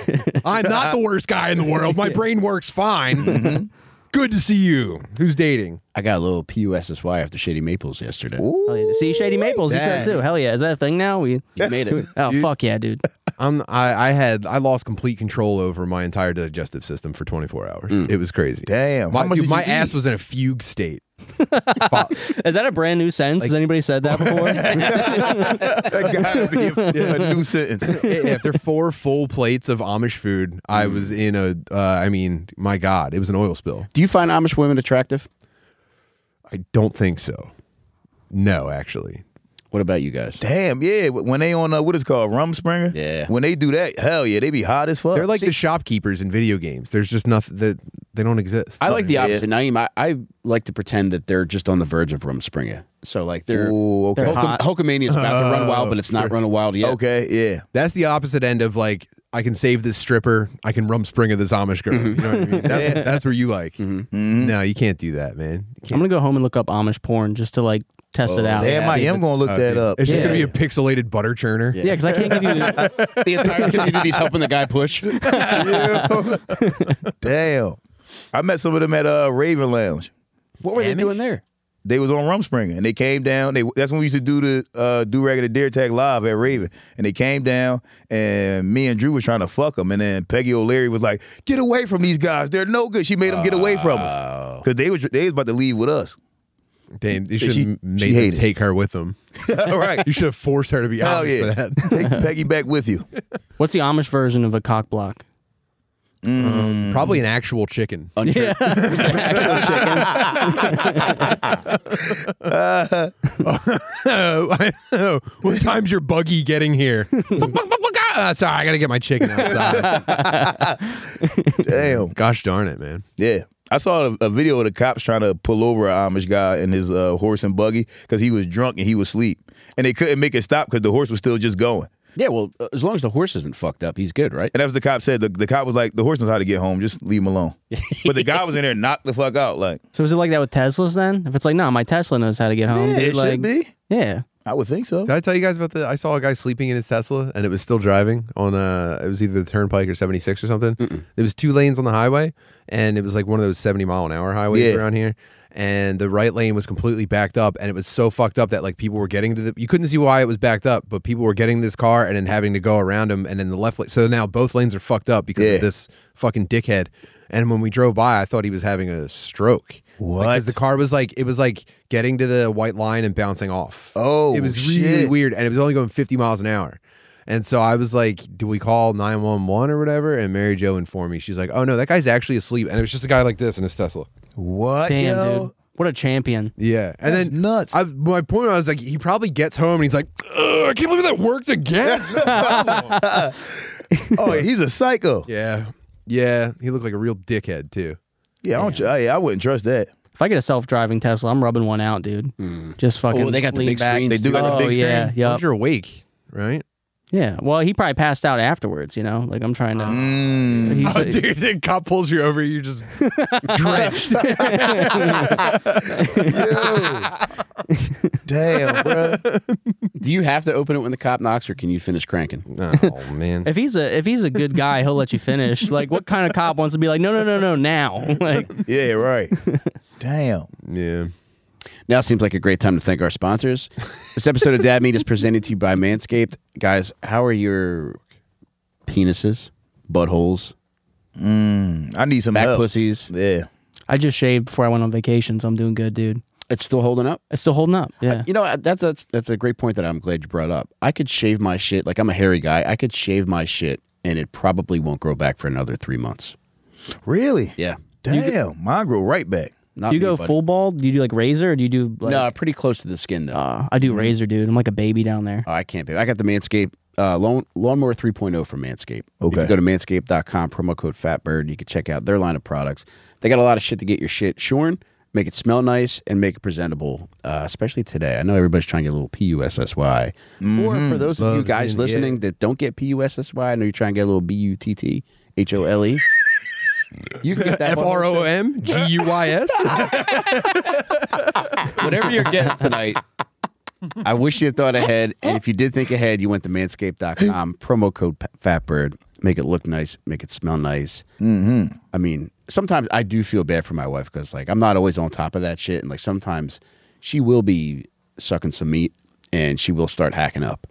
I'm not the worst guy in the world. My brain works fine.
Mm-hmm.
Good to see you. Who's dating?
I got a little PUSSY after Shady Maples yesterday.
Hell yeah. See, Shady Maples, you said
Yeah.
too. Hell yeah, is that a thing now? We
You made it.
oh fuck yeah, dude.
I'm, I, I had I lost complete control over my entire digestive system for 24 hours. It was crazy.
Mm. Damn.
my,
How much
dude,
did
my
you
ass
eat?
was in a fugue state. Fuck.
Is that a brand new sense? Has anybody said that before?
that gotta be a, a new sentence.
A- After four full plates of Amish food, I was
Mm.
in a. Uh, I mean, my God, it was an oil spill.
Do you find Amish women attractive?
I don't think so. No, actually.
What about you guys?
Damn, yeah. When they on uh, what is it called Rumspringer,
Yeah.
When they do that, hell yeah, they be hot as
Oh,
fuck.
They're like the shopkeepers in video games. There's just nothing that they don't exist.
I like the
Yeah.
opposite. Naeem, I, I like to pretend that they're just on the verge of Rumspringa. So like they're,
Ooh, okay.
they're
They're
Hulk,
hot.
Hulkamania is about to run wild, but it's not running wild yet.
Okay, yeah.
That's the opposite end of like I can save this stripper, I can rumspring springer this Amish girl.
Mm-hmm.
You know what I mean? That's, that's where you like.
Mm-hmm.
No, you can't do that, man. You
I'm
can't.
gonna go home and look up Amish porn just to like test it out.
Damn,
yeah,
I
dude,
am gonna look
Oh,
that
dude.
up.
It's just
Yeah.
gonna be a pixelated butter churner.
Yeah, because I can't give you.
The entire community's helping the guy push.
Yeah. Damn. I met some of them at uh, Raven Lounge.
What were they doing there?
They was on Rumspringa and they came down. They that's when we used to do the uh, do rag and the Dare Tag live at Raven. And they came down and me and Drew was trying to fuck them. And then Peggy O'Leary was like, "Get away from these guys. They're no good." She made them get away from us because they was they was about to leave with us.
Damn, you
She-
should have
she
made
hated
them
it.
take her with them.
All right.
You should have forced her to be
Hell
out
yeah.
for that.
Take Peggy back with you.
What's the Amish version of a cock block?
Um, Probably an actual chicken.
Unsure.
what time's your buggy getting here? Ah, sorry, I gotta get my chicken outside.
Damn.
Gosh darn it, man.
Yeah. I saw a, a video of the cops trying to pull over an Amish guy in his uh, horse and buggy because he was drunk and he was asleep. And they couldn't make it stop because the horse was still just going.
Yeah, well, uh, as long as the horse isn't fucked up, he's good, right?
And that's what the cop said. The, the cop was like, the horse knows how to get home. Just leave him alone. but the guy was in there knocked the fuck out. Like,
So is it like that with Teslas then? If it's like, no, my Tesla knows how to get home.
yeah,
dude,
it
like,
should be.
Yeah.
I would think so.
Did I tell you guys about the? I saw a guy sleeping in his Tesla, and it was still driving on uh It was either the Turnpike or 76 or something. There was two lanes on the highway, and it was like one of those 70 mile an hour highways
Yeah.
around here. And the right lane was completely backed up, and it was so fucked up that like people were getting to the. You couldn't see why it was backed up, but people were getting this car and then having to go around him, and then the left lane. So now both lanes are fucked up because
Yeah.
of this fucking dickhead. And when we drove by, I thought he was having a stroke.
What?
Because the car was like, it was like getting to the white line and bouncing off
Oh,
it was really
shit.
weird, and it was only going 50 miles an hour. And so I was like, "Do we call 911 or whatever?" And Mary Jo informed me. She's like, "Oh no, that guy's actually asleep." And it was just a guy like this in his Tesla.
What?
Damn,
yo?
dude. What a champion.
Yeah, and
That's
then
nuts.
I, my point was like, he probably gets home and he's like, "Ugh, "I can't believe that worked again."
Oh, yeah, he's a psycho. Yeah,
yeah, yeah, he looked like a real dickhead too.
I, don't, tr- I, yeah, I wouldn't trust that.
If I get a self-driving Tesla, I'm rubbing one out, dude. Just fucking.
Oh, they got the
lean
big
back.
screens, They
Hmm. do too. got the
oh,
big
Yeah,
screen.
As long
yep.
as You're awake, right?
yeah. Well, he probably passed out afterwards. You know, like I'm trying to.
Hmm.
He's
Oh,
like-
dude, the cop pulls you over, you just drenched.
Damn, bro.
Do you have to open it when the cop knocks, or can you finish cranking?
oh man,
if he's a if he's a good guy, he'll let you finish. Like, what kind of cop wants to be like, no, no, no, no, now? Like,
yeah, right. Damn.
yeah.
Now seems like a great time to thank our sponsors. This episode of Dad Meat is presented to you by Manscaped. Guys, how are your penises, buttholes,
I need some
back
help.
pussies?
Yeah.
I just shaved before I went on vacation, so I'm doing good, dude.
It's still holding up.
It's still holding up. Yeah.
You know, that's that's that's a great point that I'm glad you brought up. I could shave my shit. Like I'm a hairy guy. I could shave my shit, and it probably won't grow back for another three months.
Really?
Yeah,
Damn, mine grow right back.
not
do you
me,
go
buddy.
full bald? Do you do like razor or do you do like
no, pretty close to the skin though.
uh, I do razor, dude. I'm like a baby down there.
Oh, I can't pay. I got the Manscaped uh, lawn, Lawnmower 3.0 from Manscaped. If
Okay.
you go to manscaped.com, promo code FATBIRD, you can check out their line of products. They got a lot of shit to get your shit shorn, make it smell nice, and make it presentable, uh, especially today. I know everybody's trying to get a little PUSSY. Or for those of you
Mm-hmm. Loves
guys
it, yeah.
listening that don't get PUSSY, I know you're trying to get a little B-U-T-T, H-O-L-E. E. You can get that
F
bundle.
R O M G U I S.
whatever you're getting tonight. I wish you had thought ahead. And if you did think ahead, you went to manscaped.com, promo code P- fatbird, make it look nice, make it smell nice. Mm-hmm. I mean, sometimes I do feel bad for my wife because, like, I'm not always on top of that shit. And, like, sometimes she will be sucking some meat and she will start hacking up.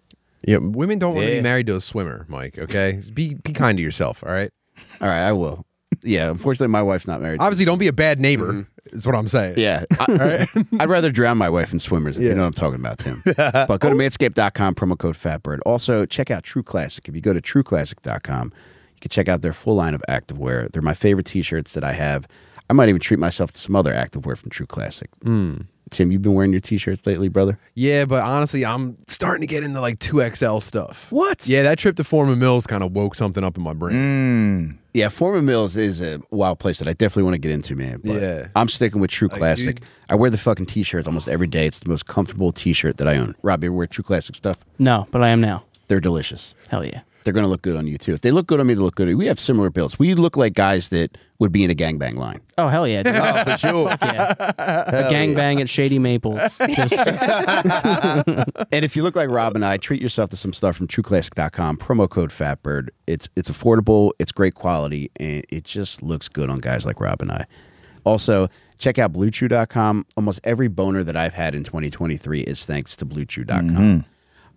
Yeah, women don't want to
Yeah.
be married to a swimmer, Mike. Okay, be be kind to yourself. All right.
All right, I will. Yeah, unfortunately, my wife's not married.
Obviously, don't be a bad neighbor. Is what I'm saying.
Yeah. I, would rather drown my wife in swimmers if you know what I'm talking about, Tim. but go to manscaped.com, promo code fatbird. Also, check out True Classic. If you go to trueclassic.com, you can check out their full line of activewear. They're my favorite t shirts that I have. I might even treat myself to some other activewear from True Classic.
Hmm.
Tim, you've been wearing your t shirts lately, brother?
Yeah, but honestly, I'm starting to get into like two XL stuff. What? Yeah, that trip to Foreman Mills kind of woke something up in my brain.
Mm.
Yeah, Former Mills is a wild place that I definitely want to get into, man. But
Yeah.
I'm sticking with True Classic.
dude.
I wear the fucking t shirts almost every day. It's the most comfortable t shirt that I own. Rob, you ever wear True Classic stuff?
No, but I am now.
They're delicious.
Hell yeah.
they're going to look good on you too. If they look good on me, they look good. on you. We have similar builds. We look like guys that would be in a gangbang line.
Oh hell yeah. Dude.
Oh, for sure.
yeah. A gangbang at Shady Maples. Just
and if you look like Rob and I, treat yourself to some stuff from TrueClassic.com. Promo code Fatbird. It's it's affordable. It's great quality, and it just looks good on guys like Rob and I. Also, check out BlueChew.com. Almost every boner that I've had in 2023 is thanks to BlueChew.com.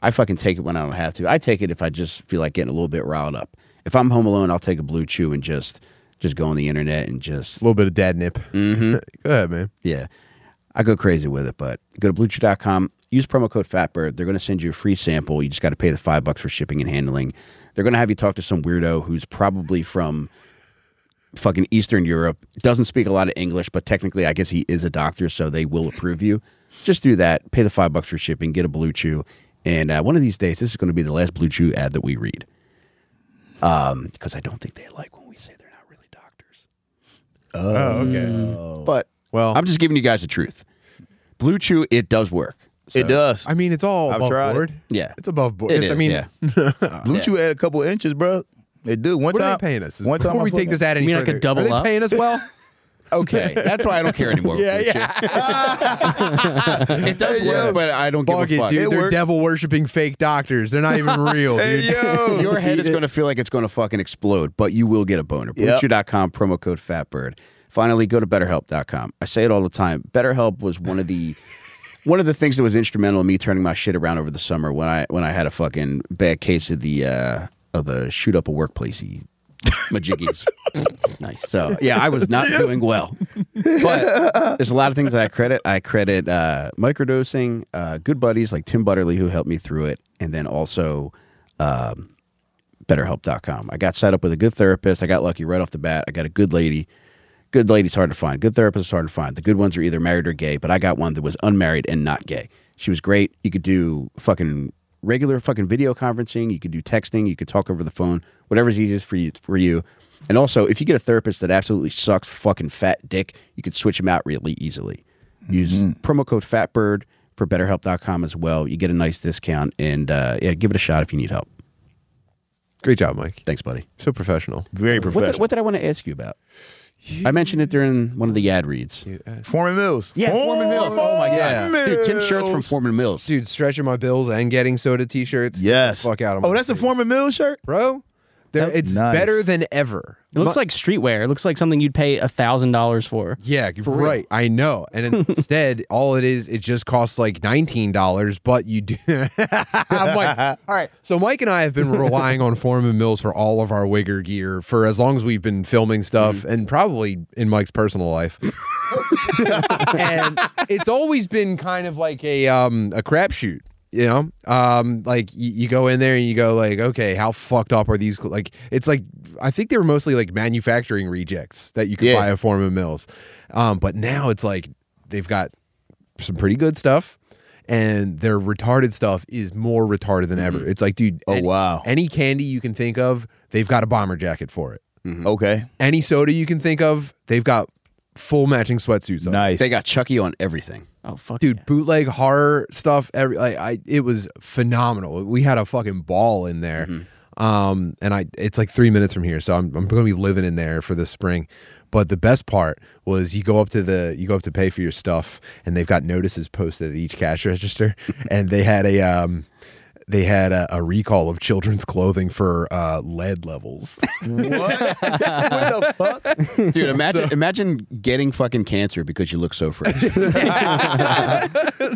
I fucking take it when I don't have to. I take it if I just feel like getting a little bit riled up. If I'm home alone, I'll take a Blue Chew and just just go on the internet and just
A little bit of dad nip. Mm-hmm. Go ahead, man.
Yeah. I go crazy with it, but go to bluechew.com, use promo code fatbird. They're going to send you a free sample. You just got to pay the five bucks for shipping and handling. They're going to have you talk to some weirdo who's probably from fucking Eastern Europe, doesn't speak a lot of English, but technically, I guess he is a doctor, so they will approve you. Just do that. Pay the five bucks for shipping, get a Blue Chew. And uh, one of these days, this is going to be the last Blue Chew ad that we read. Um, because I don't think they like when we say they're not really doctors.
Oh, okay.
But
Well,
I'm just giving you guys the truth. Blue Chew, it does work. So-
It does.
I mean, it's all
I've
above
tried it.
board.
Yeah.
It's above board.
It
It's- I
is,
mean,
yeah.
Blue Chew add a couple inches, bro. They do. One
what
time
are they paying us?
One time
Before
I
we
fucking-
take this ad any
mean, I
further,
could double
are they
up?
paying us well?
Okay. That's why I don't care anymore.
yeah,
with Blue
yeah.
Chew. It does work, but I don't give
Fuck
a
it,
fuck.
dude.
It
They're
works.
devil worshipping fake doctors. They're not even real, dude.
Hey yo,
Your head is going to feel like it's going to fucking explode, but you will get a boner.
Yep.
BlueChew.com, promo code FATBIRD. Finally, go to BetterHelp.com. I say it all the time. BetterHelp was one of the one of the things that was instrumental in me turning my shit around over the summer when I when I had a fucking bad case of the uh, of the shoot up a workplacey majiggies.
nice.
So yeah, I was not doing well. But there's a lot of things that I credit. I credit uh, microdosing, uh, good buddies like Tim Butterly who helped me through it, and then also um, BetterHelp.com. I got set up with a good therapist. I got lucky right off the bat. I got a good lady. Good lady's hard to find. Good therapist is hard to find. The good ones are either married or gay, but I got one that was unmarried and not gay. She was great. You could do fucking regular fucking video conferencing. You could do texting. You could talk over the phone. Whatever's easiest for you. For you. And also, if you get a therapist that absolutely sucks fucking fat dick, you could switch him out really easily. Use promo code FATBIRD for BetterHelp.com as well. You get a nice discount, and uh, yeah, give it a shot if you need help.
Great job, Mike.
Thanks, buddy.
So professional.
very
What
professional.
did, what did I want to ask you about? I mentioned it during one of the ad reads.
Foreman Mills.
Yeah, Foreman Mills. Oh my god,
Foreman
dude, Tim shirts from
Mills.
Foreman Mills.
Dude, stretching my bills and getting soda t shirts.
Yes.
Fuck out of my
Oh, that's the
face.
Foreman Mills shirt.
bro. There- It's
Nice.
better than ever.
It looks
Mu-
like streetwear. It looks like something you'd pay a thousand dollars for.
yeah, right. I know. And instead, all it is, it just costs like nineteen dollars. But you do. I'm like, all right. So Mike and I have been relying on Foreman Mills for all of our Wigger gear for as long as we've been filming stuff, and probably in Mike's personal life. and it's always been kind of like a um a crapshoot. You know, um, like you, you go in there and you go like, okay, how fucked up are these? cl- Like, it's like I think they were mostly like manufacturing rejects that you could
Yeah.
buy at Foreman Mills, um, but now it's like they've got some pretty good stuff, and their retarded stuff is more retarded than ever. It's like, dude,
Oh,
any-
wow.
any candy you can think of, they've got a bomber jacket for it.
Okay.
Any soda you can think of, they've got full matching sweatsuits. on.
Nice.
They got Chucky on everything.
Oh fuck,
dude
yeah.
bootleg horror stuff every like i it was phenomenal we had a fucking ball in there um and i it's like three minutes from here so I'm, I'm gonna be living in there for the spring but the best part was you go up to the you go up to pay for your stuff and they've got notices posted at each cash register and they had a um they had a, a recall of children's clothing for uh, lead levels.
what? what the fuck?
Dude, imagine imagine getting fucking cancer because you look so fresh.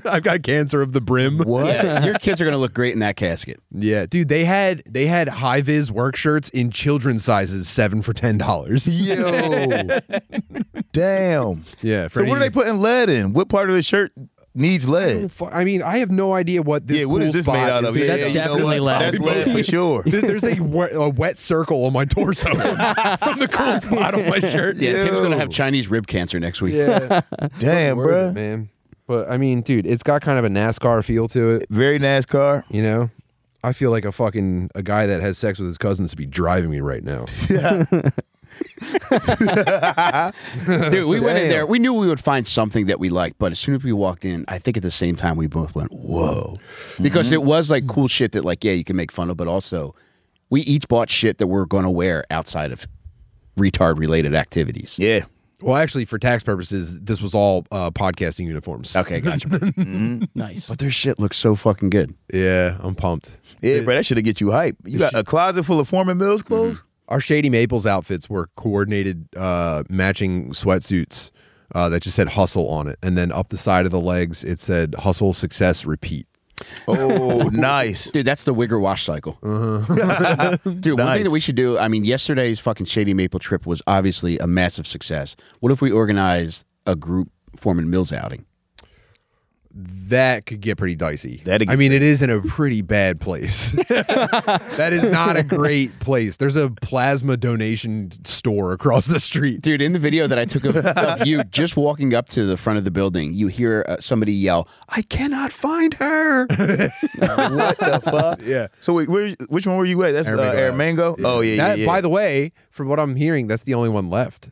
I've got cancer of the brim.
Yeah, your kids are gonna look great in that casket.
Yeah, dude, they had they had high vis work shirts in children's sizes, seven for ten dollars.
Yo. Damn.
Yeah. For
So what are
any-
they putting lead in? What part of the shirt needs lead?
Fu- I mean, I have no idea what this.
yeah, what is
cool
this made
spot
out
is.
of?
There-
Yeah,
That's
you know
definitely
what?
lead.
That's lead for sure.
there- There's a, wet, a wet circle on my torso from the cool spot on my shirt.
Yeah, Tim's gonna
Ew.
have Chinese rib cancer next week.
yeah,
Damn,
worth it,
bro.
man. But I mean, dude, it's got kind of a NASCAR feel to it.
Very nice car.
You know, I feel like a fucking a guy that has sex with his cousins to be driving me right now.
Dude, we went in
Damn.
there. We knew we would find something that we liked, but as soon as we walked in, I think at the same time we both went, "Whoa!" Because it was like cool shit that, like, yeah, you can make fun of, but also we each bought shit that we're going to wear outside of retard related activities.
Yeah.
Well, actually, for tax purposes, this was all uh, podcasting uniforms.
Okay, gotcha.
nice.
but their shit looks so fucking good.
Yeah, I'm pumped.
Yeah, Mm-hmm. bro, that should have get you hype. You got a closet full of Foreman Mills clothes?
Our Shady Maples outfits were coordinated, uh, matching sweatsuits uh, that just said "hustle" on it, and then up the side of the legs it said "hustle, success, repeat."
Oh, nice.
Dude, that's the wigger wash cycle. Dude, one
Nice.
thing that we should do, I mean, yesterday's fucking Shady Maple trip was obviously a massive success. What if we organized a group Foreman Mills outing?
That could get pretty dicey.
That'd get
I mean, it is in a pretty bad place. that is not a great place. There's a plasma donation store across the street.
Dude, in the video that I took of, of you just walking up to the front of the building, you hear uh, somebody yell, I cannot find her.
what the fuck?
Yeah.
So wait, where, which one were you at? That's uh,
Mango.
Air Mango. Oh yeah,
That,
yeah, yeah.
By the way, from what I'm hearing, that's the only one left.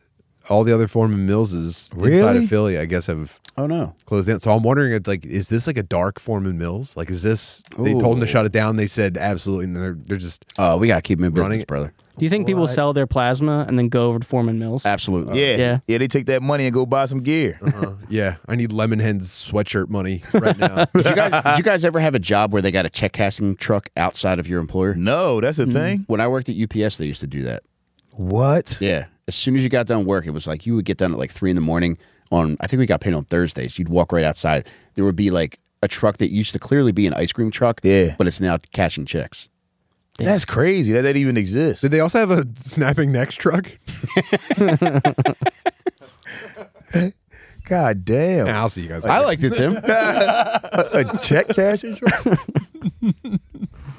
All the other Foreman Millses inside
Really?
of Philly, I guess, have
Oh, no.
closed down. So I'm wondering, if, like, is this like a dark Foreman Mills? Like, is this they told them to
Ooh.
shut it down? They said absolutely, and they're they're just
Oh, we got to keep him in business,
Running it.
brother.
Do you think people sell their plasma and then go over to Foreman Mills?
Absolutely.
yeah.
Yeah.
yeah, They take that money and go buy some gear.
uh, yeah. I need Lemon Hen's sweatshirt money right now.
Did you, guys, did you guys ever have a job where they got a check cashing truck outside of your employer?
no, that's a
Mm-hmm.
thing.
When I worked at UPS, they used to do that.
What?
Yeah. As soon as you got done work, it was like you would get done at like three in the morning on I think we got paid on Thursdays. You'd walk right outside. There would be like a truck that used to clearly be an ice cream truck.
Yeah.
But it's now cashing checks.
That's crazy. That that even exists.
Did they also have a snapping necks truck?
God damn.
Nah, I'll see you guys.
I
later.
liked it, Tim.
a a check cashing truck.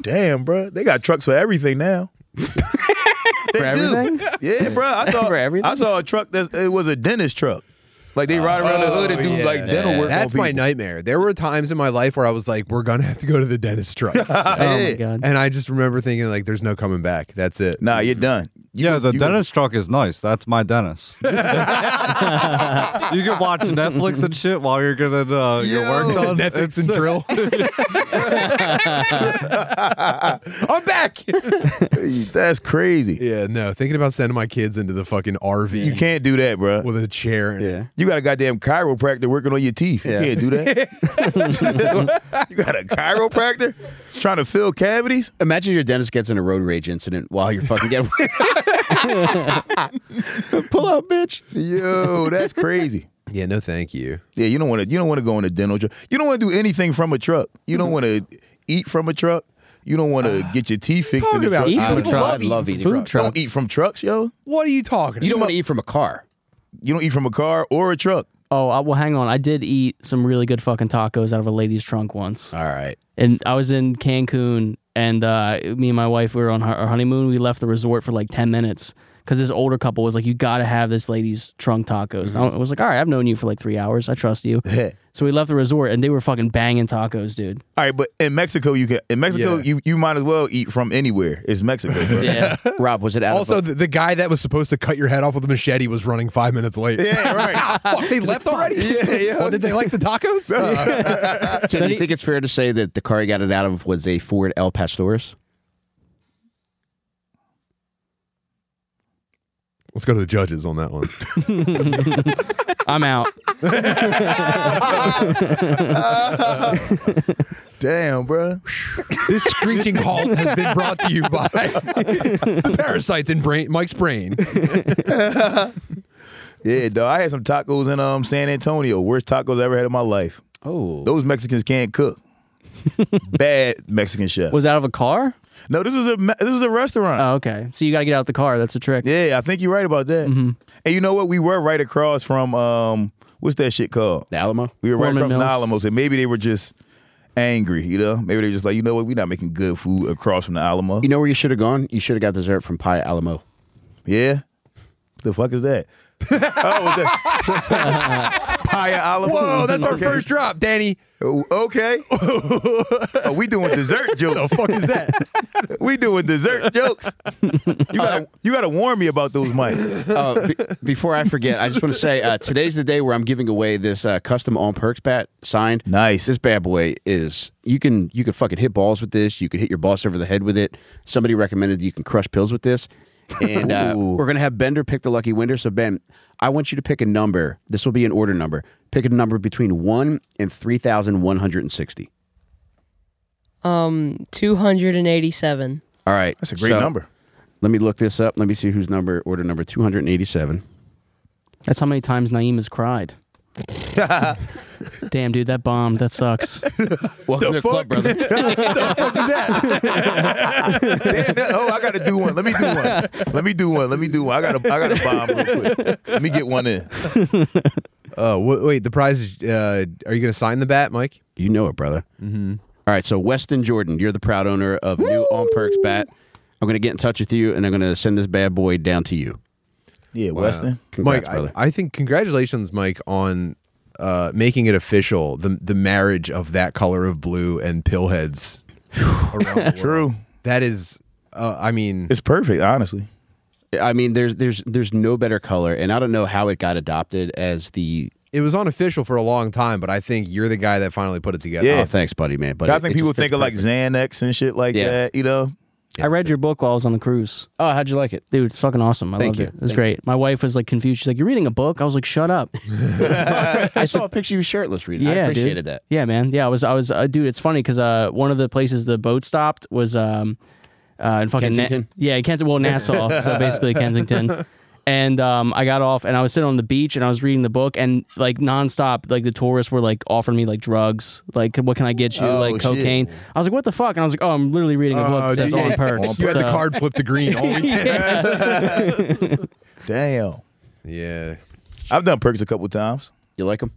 Damn, bro, they got trucks for everything now. for
everything?
Yeah, bro. I saw
For everything?
I saw a truck that it was a dentist truck. Like they ride around the hood and do
Oh, yeah.
like dental work.
That's
on
my
people.
nightmare. There were times in my life where I was like, "We're gonna have to go to the dentist truck," and
Oh my
Yeah.
god.
I just remember thinking, "Like, there's no coming back. That's it."
Nah, you're done. You
yeah,
was-
the
you was-
dentist truck is nice. That's my dentist. you can watch Netflix and shit while you're getting uh, your work
Yo.
done.
Netflix
It's
and
sick.
drill. I'm back.
Hey, That's crazy.
Yeah, no. Thinking about sending my kids into the fucking RV
You can't do that, bro.
with a chair. in it.
yeah.
You got a goddamn chiropractor working on your teeth.
Yeah.
You can't do that. you got a chiropractor? trying to fill cavities.
Imagine your dentist gets in a road rage incident while you're fucking getting. Pull up, bitch.
Yo, that's crazy.
Yeah, no, thank you.
Yeah, you don't want to. You don't want to go in a dental truck. You don't want to do anything from a truck. You
Mm-hmm.
don't want to eat from a truck. You don't want to get your teeth fixed in a
Ah, talking
truck.
about?
Eat
I
from a
would
truck.
love- love eating
food
trucks.
truck.
Don't eat from trucks, yo.
What are you talking?
You
about?
don't want to eat from a car.
You don't eat from a car or a truck.
Oh, I, well, hang on. I did eat some really good fucking tacos out of a lady's trunk once.
All right.
And I was in Cancun, and uh, me and my wife, we were on our our honeymoon. We left the resort for like 10 minutes because this older couple was like, You got to have this lady's trunk tacos. And I was like, All right, I've known you for like three hours. I trust you.
All
so we left the resort, and they were fucking banging tacos, dude.
right, but in Mexico, you can. In Mexico,
Yeah.
you, you might as well eat from anywhere. It's Mexico. Bro.
Yeah.
Rob, was it out
Also,
of
the, the guy that was supposed to cut your head off with a machete was running five minutes late. Ah,
Yeah, right.
Fuck, they left already.
Yeah, yeah.
Well, did they like the tacos? Uh,
a, so do you think it's fair to say that the car he got it out of was a Ford El Pastores?
let's go to the judges on that one.
I'm out.
Damn, bro.
this screeching halt has been brought to you by the parasites in brain, Mike's brain.
Yeah, dog. I had some tacos in um San Antonio. Worst tacos I ever had in my life.
Oh.
Those Mexicans can't cook. Bad Mexican chef.
Was out of a car?
no, this was a me- this was a restaurant.
Oh, okay. So you got to get out the car. That's a trick.
yeah, I think you're right about that.
Mm-hmm.
And you know what? We were right across from um what's that shit called?
The Alamo?
We were right
Foreman
across from
Mills.
Alamos, and maybe they were just angry. You know, maybe they were just like, you know what? We're not making good food across from the Alamo.
You know where you should have gone? You should have got dessert from Pie Alamo.
Yeah. The fuck is that? oh, the, Paya Alamo.
Whoa, that's our
Okay.
first drop, Danny.
Oh, Okay. oh, we doing dessert jokes.
Fuck is that?
We doing dessert jokes. You gotta, you gotta warn me about those mics.
uh, be- before I forget, I just want to say uh, today's the day where I'm giving away this uh, custom on perks bat signed.
Nice.
This bad boy is you can you can fucking hit balls with this. You can hit your boss over the head with it. Somebody recommended you can crush pills with this. And uh,
Ooh.
we're gonna have Bender pick the lucky winner. So Ben, I want you to pick a number. This will be an order number. Pick a number between one and three thousand one hundred and sixty.
Um, 287.
All right,
That's a great
so
number.
Let me look this up. Let me see whose number order number two hundred and eighty-seven.
That's how many times Naeem has cried. Damn, dude, that bombed. That sucks.
Welcome to the club, brother.
Damn, that- oh, I gotta do one. Let me do one. Let me do one. Let me do one. I gotta, I gotta bomb real quick. Let me get one in.
Uh, wh- wait, the prize is. Uh, are you going to sign the bat, Mike?
You know it, brother. Mm-hmm. right, so Weston Jordan, you're the proud owner of new On Perks bat. I'm gonna get in touch with you, and I'm gonna send this bad boy down to you.
Yeah, Weston.
Congrats,
Mike, I-
brother.
I, think congratulations, Mike, on uh, making it official the the marriage of that color of blue and pillheads. around the world.
True.
That is, uh, I mean,
It's perfect, honestly.
I, mean, there's there's there's no better color, and I don't know how it got adopted as the.
it was unofficial for a long time, but I think you're the guy that finally put it together.
Oh,
Yeah.
thanks, buddy, man. But
I
it-
think
it
people
just fits
think of like
perfect.
Xanax and shit like
Yeah.
that. You know,
I read your book while I was on the cruise.
Oh, how'd you like it?
Dude, it's fucking awesome. I
Thank
loved
you.
it. It was
Thank
great. My wife was like confused. She's like, You're reading a book? I was like, Shut up.
I saw a picture of you shirtless reading. I
Yeah, dude.
appreciated that.
Yeah, man. Yeah, I was, I was, uh, dude. It's funny because uh, one of the places the boat stopped was um, uh, in fucking Na-
Kensington?
yeah, Kensington. Well, Nassau. so basically Kensington. And um, I got off, and I was sitting on the beach, and I was reading the book, and like nonstop, like the tourists were like offering me like drugs, like what can I get you,
Oh,
like
shit.
cocaine. I was like, what the fuck? And I was like, oh, I'm literally reading a book that's on perks.
You had the
So-
card flipped to green all weekend.
damn.
yeah.
I've done perks a couple times.
You like him?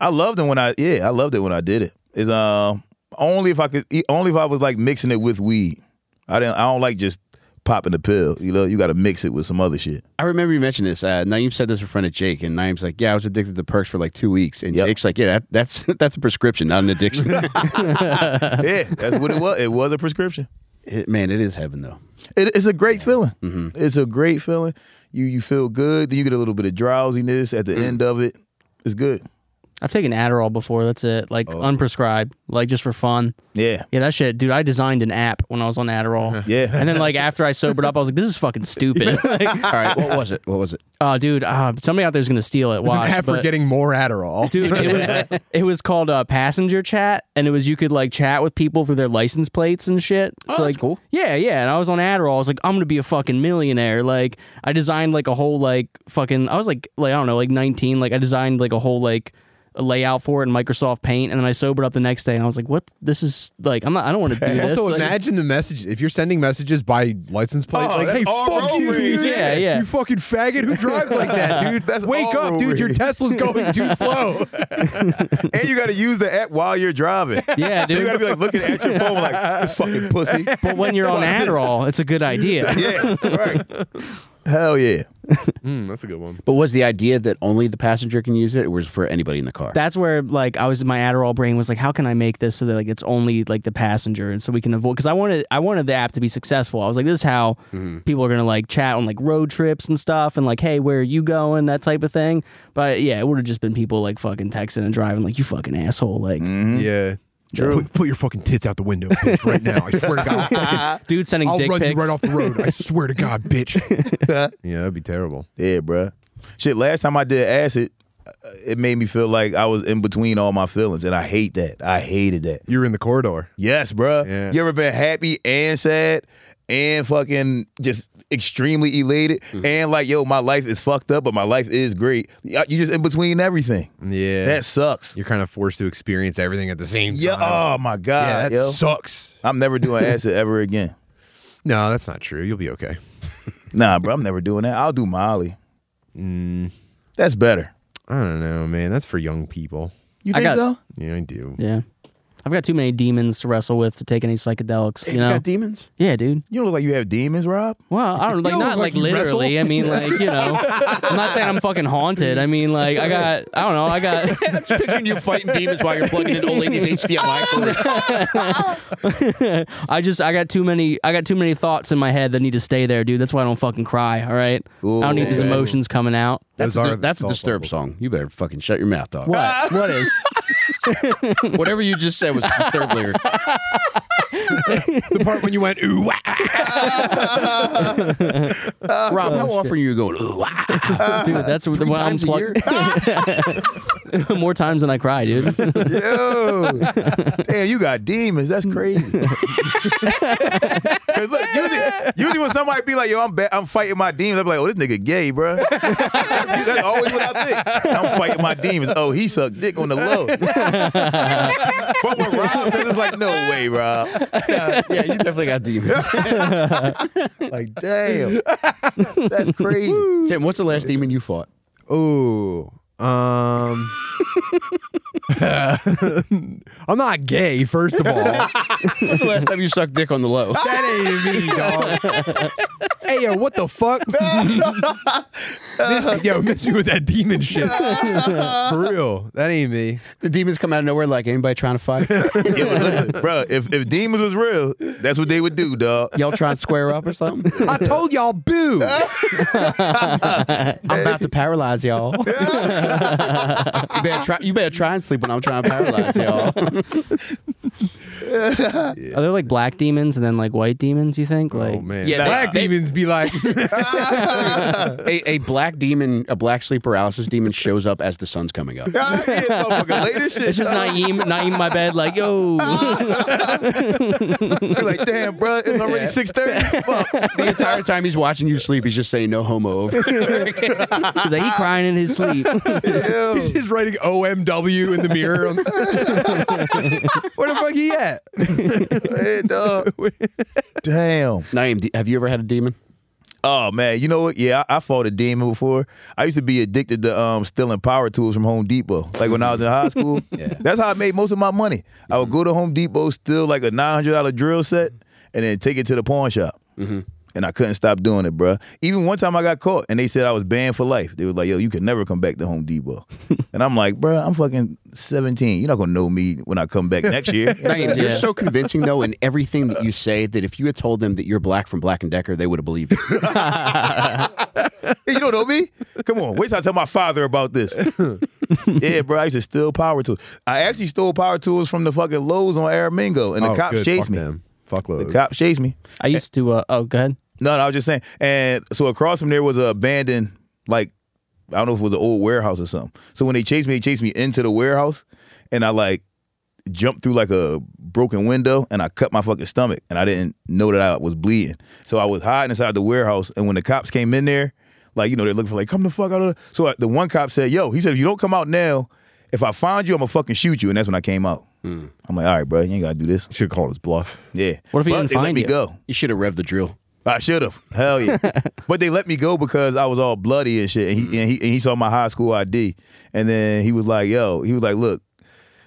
I loved it when I yeah, I loved it when I did it. Is um only if I could e, only if I was like mixing it with weed. I didn't I don't like just popping the pill. You know, you got to mix it with some other shit.
I remember you mentioned this. Uh, Naeem said this in front of Jake, and Naeem's like, "Yeah, I was addicted to perks for like two weeks." And
Yep.
Jake's like, "Yeah, that, that's that's a prescription, not an addiction."
yeah, that's what it was. It was a prescription.
It- man, it is heaven though.
It, it's a great feeling.
Mm-hmm.
It's a great feeling.
Mm.
You you feel good. Then you get a little bit of drowsiness at the end of it. It's good.
I've taken Adderall before. That's it. Like unprescribed, like just for fun.
Yeah.
Yeah, that shit, dude. I designed an app when I was on Adderall.
Yeah.
And then like after I sobered up, I was like, this is fucking stupid. like,
All right, what was it? What was it?
oh, dude, uh, somebody out there's gonna steal it.
An
Watch,
app for
but-
getting more Adderall.
dude it was it was called uh, passenger chat and it was you could like chat with people through their license plates and shit oh,
that's
like
cool.
yeah yeah and i was on adderall i was like i'm gonna be a fucking millionaire like i designed like a whole like fucking i was like like i don't know like 19 like i designed like a whole like a layout for it in microsoft paint and then i sobered up the next day and i was like what this is like i'm not i don't want to do this
Also,
Like,
imagine the message if you're sending messages by license plate,
Oh,
like,
that's
"Hey,
all
fuck
road
you,
rage.
dude.
Yeah, yeah.
you fucking faggot who drives like that, dude.
That's
Wake
all
up,
road
dude. Your
rage.
Tesla's going too slow."
and you got to use the app while you're driving.
yeah
So you
dude
got to be like looking at your phone like this fucking pussy.
but when you're on
Watch this.
adderall it's a good idea
Yeah. Right. Hell yeah.
Mm, that's a good one.
But was the idea that only the passenger can use it, or was it for anybody in the car?
that's where like I was my Adderall brain was like, how can I make this so that like it's only like the passenger and so we can avoid because I wanted I wanted the app to be successful. I was like, this is how people are gonna like chat on like road trips and stuff and like, hey, where are you going? That type of thing. But yeah, it would have just been people like fucking texting and driving like you fucking asshole. Like
Mm.
Mm-hmm.
Yeah. Put, put your fucking tits out the window, bitch, right now. I swear to God. I'll
dude sending
I'll
dick
run
pics.
you right off the road. I swear to God, bitch. yeah, that'd be terrible.
Yeah, bruh. Shit, last time I did acid, uh, it made me feel like I was in between all my feelings, and I hate that. I hated that.
You're in the corridor.
Yes, bruh.
Yeah.
You ever been happy and sad and fucking just extremely elated
Mm-hmm.
and like, yo, my life is fucked up, but my life is great. You you just in between everything.
Yeah.
That sucks.
You're kind of forced to experience everything at the same
Yeah.
time.
Oh my
yeah,
god.
that
yo.
sucks.
I'm never doing acid ever again.
No, that's not true. You'll be okay.
Nah, bro. I'm never doing that. I'll do Molly.
Mm.
That's better.
I don't know, man. That's for young people.
You
I
think
got-
so?
Yeah, I do.
Yeah. I've got too many demons to wrestle with to take any psychedelics, you know?
got demons.
yeah, dude.
You don't look like you have demons, Rob.
Well, I don't like
You
not
look
like
like you
literally. I mean, like you know, I'm not saying I'm fucking haunted. I mean, like I got, I don't know, I got.
Picturing you fighting demons while you're plugging in old lady's HDMI cord.
I just I got too many I got too many thoughts in my head that need to stay there, dude. That's why I don't fucking cry, all right? I don't need these
Ooh.
emotions coming out.
That's,
Those
a,
are-
that's a
all
Disturbed
vocals.
song. You better fucking shut your mouth, dog.
What? what is?
Whatever you just said was Disturbed lyrics.
The part when you went ooh, wah.
Rob, how often are you going? "Ooh, ah."
Dude, that's what Oh, I'm
times a
plugged. More times than I cry, dude.
Yo, damn, you got demons. That's crazy. 'Cause look, usually, usually when somebody be like, "Yo, I'm ba- I'm fighting my demons," I'm like, "Oh, this nigga gay, bro." that's, that's always what I think. I'm fighting my demons. Oh, he sucked dick on the low. but when Rob says, it's like, "No way, Rob."
yeah, yeah, you definitely got demons.
Like, damn, that's crazy.
Tim, what's the last demon you fought?
Ooh. Um I'm not gay, first of all. that
When's the last time you sucked dick on the low?
ain't me, dog. hey yo, what the fuck? Miss- yo, miss me with that demon shit. For real. That ain't me.
The demons come out of nowhere like anybody trying to fight.
Yo, look, bro, if if demons was real, that's what they would do, dog.
Y'all trying to square up or something?
I told y'all boo. Oh,
I'm about to paralyze y'all. you better try. You better try and sleep when I'm trying to paralyze y'all.
Are there like black demons and then like white demons? You think? Like,
oh man.
Yeah,
Black
they-
demons be like
a, a black demon, a black sleep paralysis demon, shows up as the sun's coming up.
Ah, yeah, motherfucker, late as shit.
it's just Naeem, Naeem in my bed, like yo.
You're like, damn, bro, it's already
Yeah.
six thirty.
The entire time he's watching you sleep, he's just saying no homo over. and over again.
He's like he crying in his sleep.
he's just writing OMW in the mirror. On Where the fuck he at?
Hey, dog. Damn.
Naeem, d- have you ever had a demon?
Oh man, you know what? Yeah, I, I fought a demon before. I used to be addicted to um stealing power tools from Home Depot. Like when I was in high school. yeah. That's how I made most of my money. I would go to Home Depot, steal like a nine hundred dollar drill set, and then take it to the pawn shop. And I couldn't stop doing it, bruh. Even one time I got caught, and they said I was banned for life. They was like, "Yo, you can never come back to Home Depot." and I'm like, bruh, I'm fucking 17. You're not gonna know me when I come back next year."
Naeem, you're
Yeah.
so convincing though in everything that you say that if you had told them that you're black from Black and Decker, they would have believed you.
Hey, you don't know me? Come on, wait till I tell my father about this. yeah, bro, I used to steal power tools. I actually stole power tools from the fucking Lowe's on Aramingo, and the
Oh,
cops
good.
chased
Fuck
me.
Them. Fuck
The
Lowe's.
cops chased me.
I used to. Uh, oh, go ahead.
No, no, I was just saying. And so across from there was a abandoned, like, I don't know if it was an old warehouse or something. So when they chased me, they chased me into the warehouse, and I like jumped through like a broken window, and I cut my fucking stomach, and I didn't know that I was bleeding. So I was hiding inside the warehouse, and when the cops came in there, like you know they're looking for like come the fuck out of. The-. So I, the one cop said, "Yo," he said, "if you don't come out now, if I find you, I'm gonna fucking shoot you." And that's when I came out. I'm like, all right, bro, you ain't gotta do this.
Should call it his bluff.
Yeah.
Hmm. What if he
But
didn't
they let
find
me
you?
go?
You should have revved the drill.
I should have. Hell yeah. but they let me go because I was all bloody and shit. And he, and he and he saw my high school ID. And then he was like, yo, he was like, look,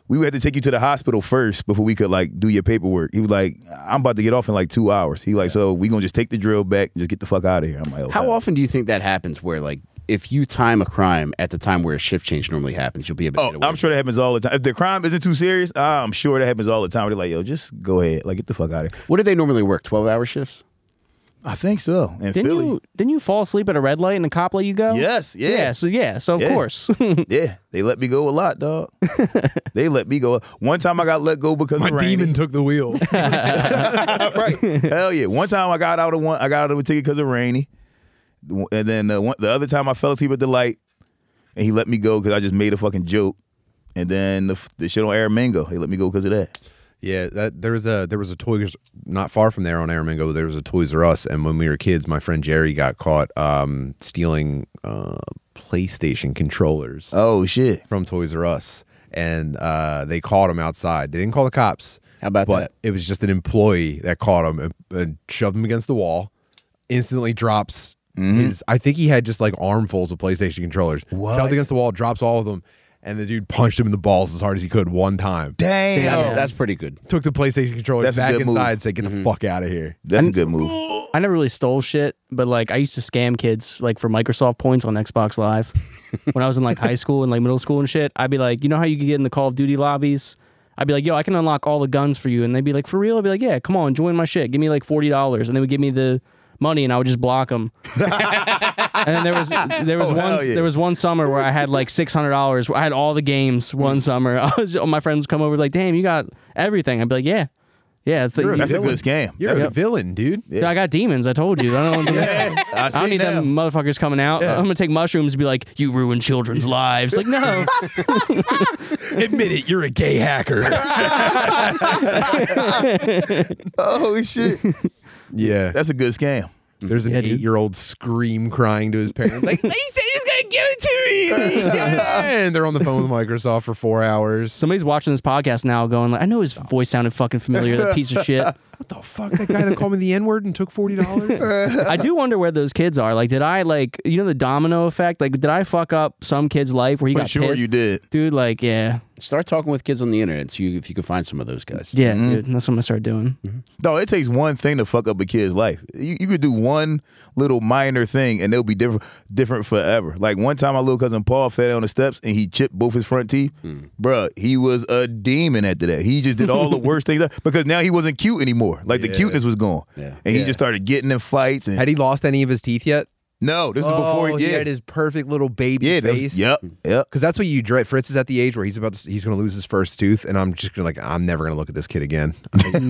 we had to take you to the hospital first before we could like do your paperwork. He was like, I'm about to get off in like two hours. He like, so we gonna just take the drill back and just get the fuck out of here. I'm like, oh,
How
hell.
often do you think that happens? Where like if you time a crime at the time where a shift change normally happens, you'll be able. To
Oh,
get away
I'm
with
sure that happens all the time. If the crime isn't too serious, I'm sure that happens all the time. They're like, yo, just go ahead. Like, get the fuck out of here.
it. What do they normally work? Twelve hour shifts.
I think so. In
Didn't
Philly.
you? Didn't you fall asleep at a red light and a cop let you go?
Yes, yeah.
Yeah. So yeah. So of
Yeah.
course.
Yeah, they let me go a lot, dog. they let me go. One time I got let go because
My
of rain.
demon took the wheel.
right? Hell yeah. One time I got out of one. I got out of a ticket because of rainy, and then uh, one, the other time I fell asleep at the light, and he let me go because I just made a fucking joke. And then the, f- the shit on Aramingo, they let me go because of that.
Yeah, that there was a there was a Toys not far from there on Aramingo. There was a Toys R Us, and when we were kids, my friend Jerry got caught um, stealing uh, PlayStation controllers
Oh shit.
from Toys R Us, and uh, they caught him outside. They didn't call the cops.
How about
but
that?
It was just an employee that caught him and, and shoved him against the wall. Instantly drops
Mm-hmm.
his. I think he had just like armfuls of PlayStation controllers.
What?
Shoved against the wall, drops all of them, and the dude punched him in the balls as hard as he could one time
Damn.
That's- that's pretty good.
took the PlayStation controller
That's a
back
good move. Mm-hmm.
inside and said, "Get the fuck out of here."
That's a good move.
I never really stole shit, but like I used to scam kids like for Microsoft points on Xbox Live when I was in like high school and like middle school and shit. I'd be like, you know how you could get in the Call of Duty lobbies? I'd be like, yo, I can unlock all the guns for you, and they'd be like, for real? I'd be like, yeah, come on, join my shit. Give me like forty dollars, and they would give me the money, and I would just block them. and then there was there was
Oh,
Oh,
one
hell yeah.
there was one summer where I had like six hundred dollars. I had all the games
Mm.
one summer. I was my friends would come over like, damn, you got everything. I'd be like, yeah, yeah. It's the,
That's a
villain.
good scam.
You're
That's
a villain, dude.
I got demons. I told you. I don't want to
I,
I don't
see
need
now.
them motherfuckers coming out. I'm gonna take mushrooms and be like, "You ruin children's lives." Like, no,
Admit it, you're a gay hacker.
Oh shit.
yeah,
That's a good scam.
there's an
dude.
eight-year-old scream crying to his parents, like, "He said he was gonna give it to me," and, he didn't." and they're on the phone with Microsoft for four hours.
somebody's watching this podcast now, going like, "I know his
Oh.
voice sounded fucking familiar." That piece of shit.
What the fuck? That guy that called me the N-word and took forty dollars.
I do wonder where those kids are. Like, did I like you know the domino effect? Like, did I fuck up some kid's life where he
For
got
sure
pissed?
you did.
Dude, like, yeah,
Start talking with kids on the internet. See if you can find some of those guys.
yeah,
Mm-hmm.
dude. That's what I'm gonna start doing.
No, it takes one thing to fuck up a kid's life. You, you could do one little minor thing and they'll be different different forever. Like one time my little cousin Paul fell down the steps and he chipped both his front teeth.
Hmm.
Bruh, he was a demon after that. He just did all the worst things because now he wasn't cute anymore. Like the cuteness was gone.
Yeah.
And he just started getting in fights and
had he lost any of his teeth yet?
No, this was before
oh,
yeah.
he had his perfect little baby
yeah, that was-
face.
yep, yep.
Because that's what you dread. Fritz is at the age where he's about to, he's going to lose his first tooth, and I'm just gonna like I'm never going to look at this kid again. I'm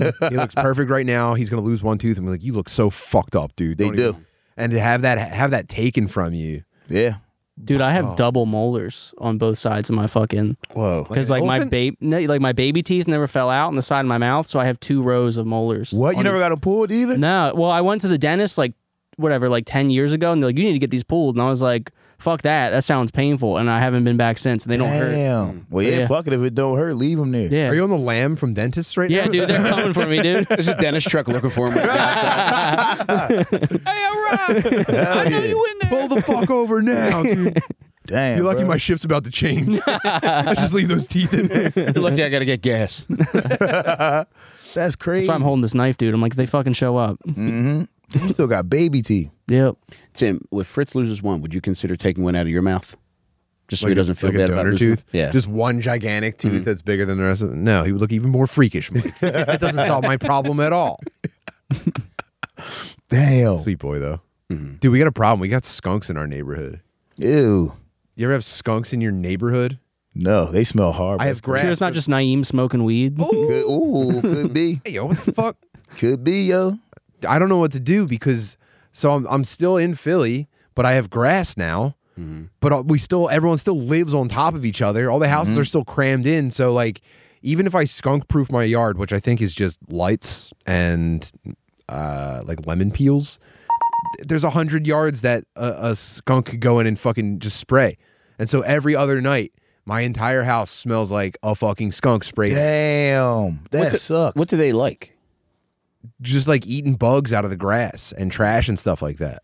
like, he looks perfect right now. He's going to lose one tooth, and be like, "You look so fucked up, dude."
They
Don't even-"
do.
and to have that have that taken from you,
Yeah.
Dude, I have double molars on both sides of my fucking
Whoa.
because
Like
like,
an
my
elephant?
baby, like my baby teeth never fell out on the side of my mouth, so I have two rows of molars.
What? You
on
never got them pulled either?
No, well, I went to the dentist like whatever, like ten years ago, and they're like, "You need to get these pulled," and I was like, "Fuck that! That sounds painful," and I haven't been back since, and they don't hurt.
Damn. Well yeah,
Yeah.
fuck it if it don't hurt, leave him there.
Yeah,
are you on the lamb from dentists right
yeah,
now?
dude, they're coming for me, dude.
There's a dentist truck looking for him. Right now.
Hell yeah.
Pull the fuck over now, dude.
Damn.
You're lucky
bruh.
my shift's about to change. I just leave those teeth in there.
It's like, You're lucky I got to get gas.
That's crazy.
That's why I'm holding this knife, dude. I'm like, if they fucking show up.
You still got baby teeth.
Yep.
Tim, if Fritz loses one, would you consider taking one out of your mouth? Just so
Like
he
a-
doesn't feel
like a
bad about
donor
losing.
tooth.
Yeah. Mm-hmm.
just one gigantic tooth that's bigger than the rest of. No, he would look even more freakish. Mike. that doesn't solve my problem at all.
Damn.
Mm-hmm. Sweet boy though. Dude, we got a problem. We got skunks in our neighborhood.
Ew.
You ever have skunks in your neighborhood?
No, they smell horrible.
I have grass.
Sure, it's not just Naeem smoking weed.
Could, ooh, could be,
Hey, yo, what the fuck?
could be, yo.
I don't know what to do because so I'm I'm still in Philly, but I have grass now. But uh, we still everyone still lives on top of each other. All the houses are still crammed in. So like even if I skunk proof my yard, which I think is just lights and uh, like lemon peels, th- there's a hundred yards that a, a skunk could go in and fucking just spray. And so every other night, my entire house smells like a fucking skunk spray,
Damn, that sucks.
What do they like?
just like eating bugs out of the grass and trash and stuff like that.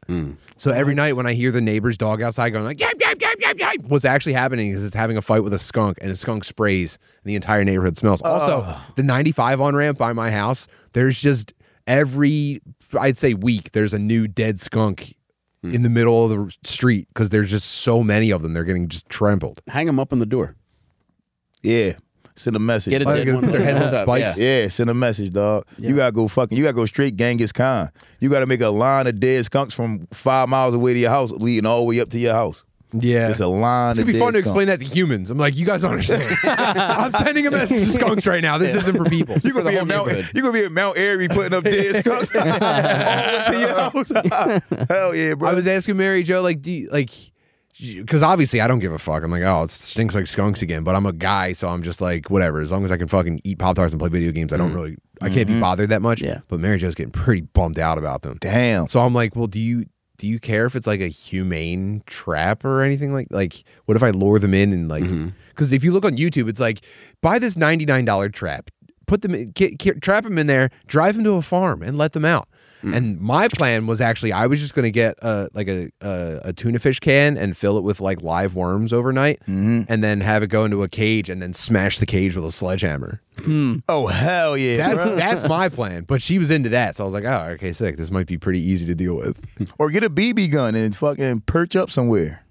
So every night when I hear the neighbor's dog outside going like yap yap yap yap yap, what's actually happening is it's having a fight with a skunk, and a skunk sprays, and the entire neighborhood smells. Also, the 95 on ramp by my house, there's just every I'd say week there's a new dead skunk in the middle of the street because there's just so many of them. They're getting just trampled.
Hang them up on the door.
yeah, send a message.
Get a
Like,
dead one.
put their heads on
Yeah.
spikes.
Yeah, send a message, dog. You gotta go fucking. You gotta go straight Genghis Khan. You gotta make a line of dead skunks from five miles away to your house, leading all the way up to your house.
Yeah,
It's a line.
It's gonna
of
be
dead
fun to
skunks.
explain that to humans. I'm like, you guys don't understand. I'm sending a message to skunks right now. This isn't for people.
You gonna be in Mount. You gonna be in Mount Airy putting up dead skunks all up to your house. Hell yeah, bro.
I was asking Mary Joe, like, do you, like, because obviously I don't give a fuck. I'm like, oh, it stinks like skunks again. But I'm a guy, so I'm just like, whatever. As long as I can fucking eat pop tarts and play video games, I don't really, I can't be bothered that much.
Yeah.
But Mary Joe's getting pretty bummed out about them.
Damn.
So I'm like, well, do you do you care if it's like a humane trap or anything like like what if I lure them in and like because if you look on YouTube, it's like buy this ninety nine dollar trap, put them in, ki ki- trap them in there, drive them to a farm and let them out. And my plan was actually I was just gonna get a like a, a a tuna fish can and fill it with like live worms overnight, and then have it go into a cage and then smash the cage with a sledgehammer.
Oh hell yeah.
That's
bro.
that's my plan. But she was into that, so I was like, oh, okay, sick. This might be pretty easy to deal with.
Or get a BB gun and fucking perch up somewhere.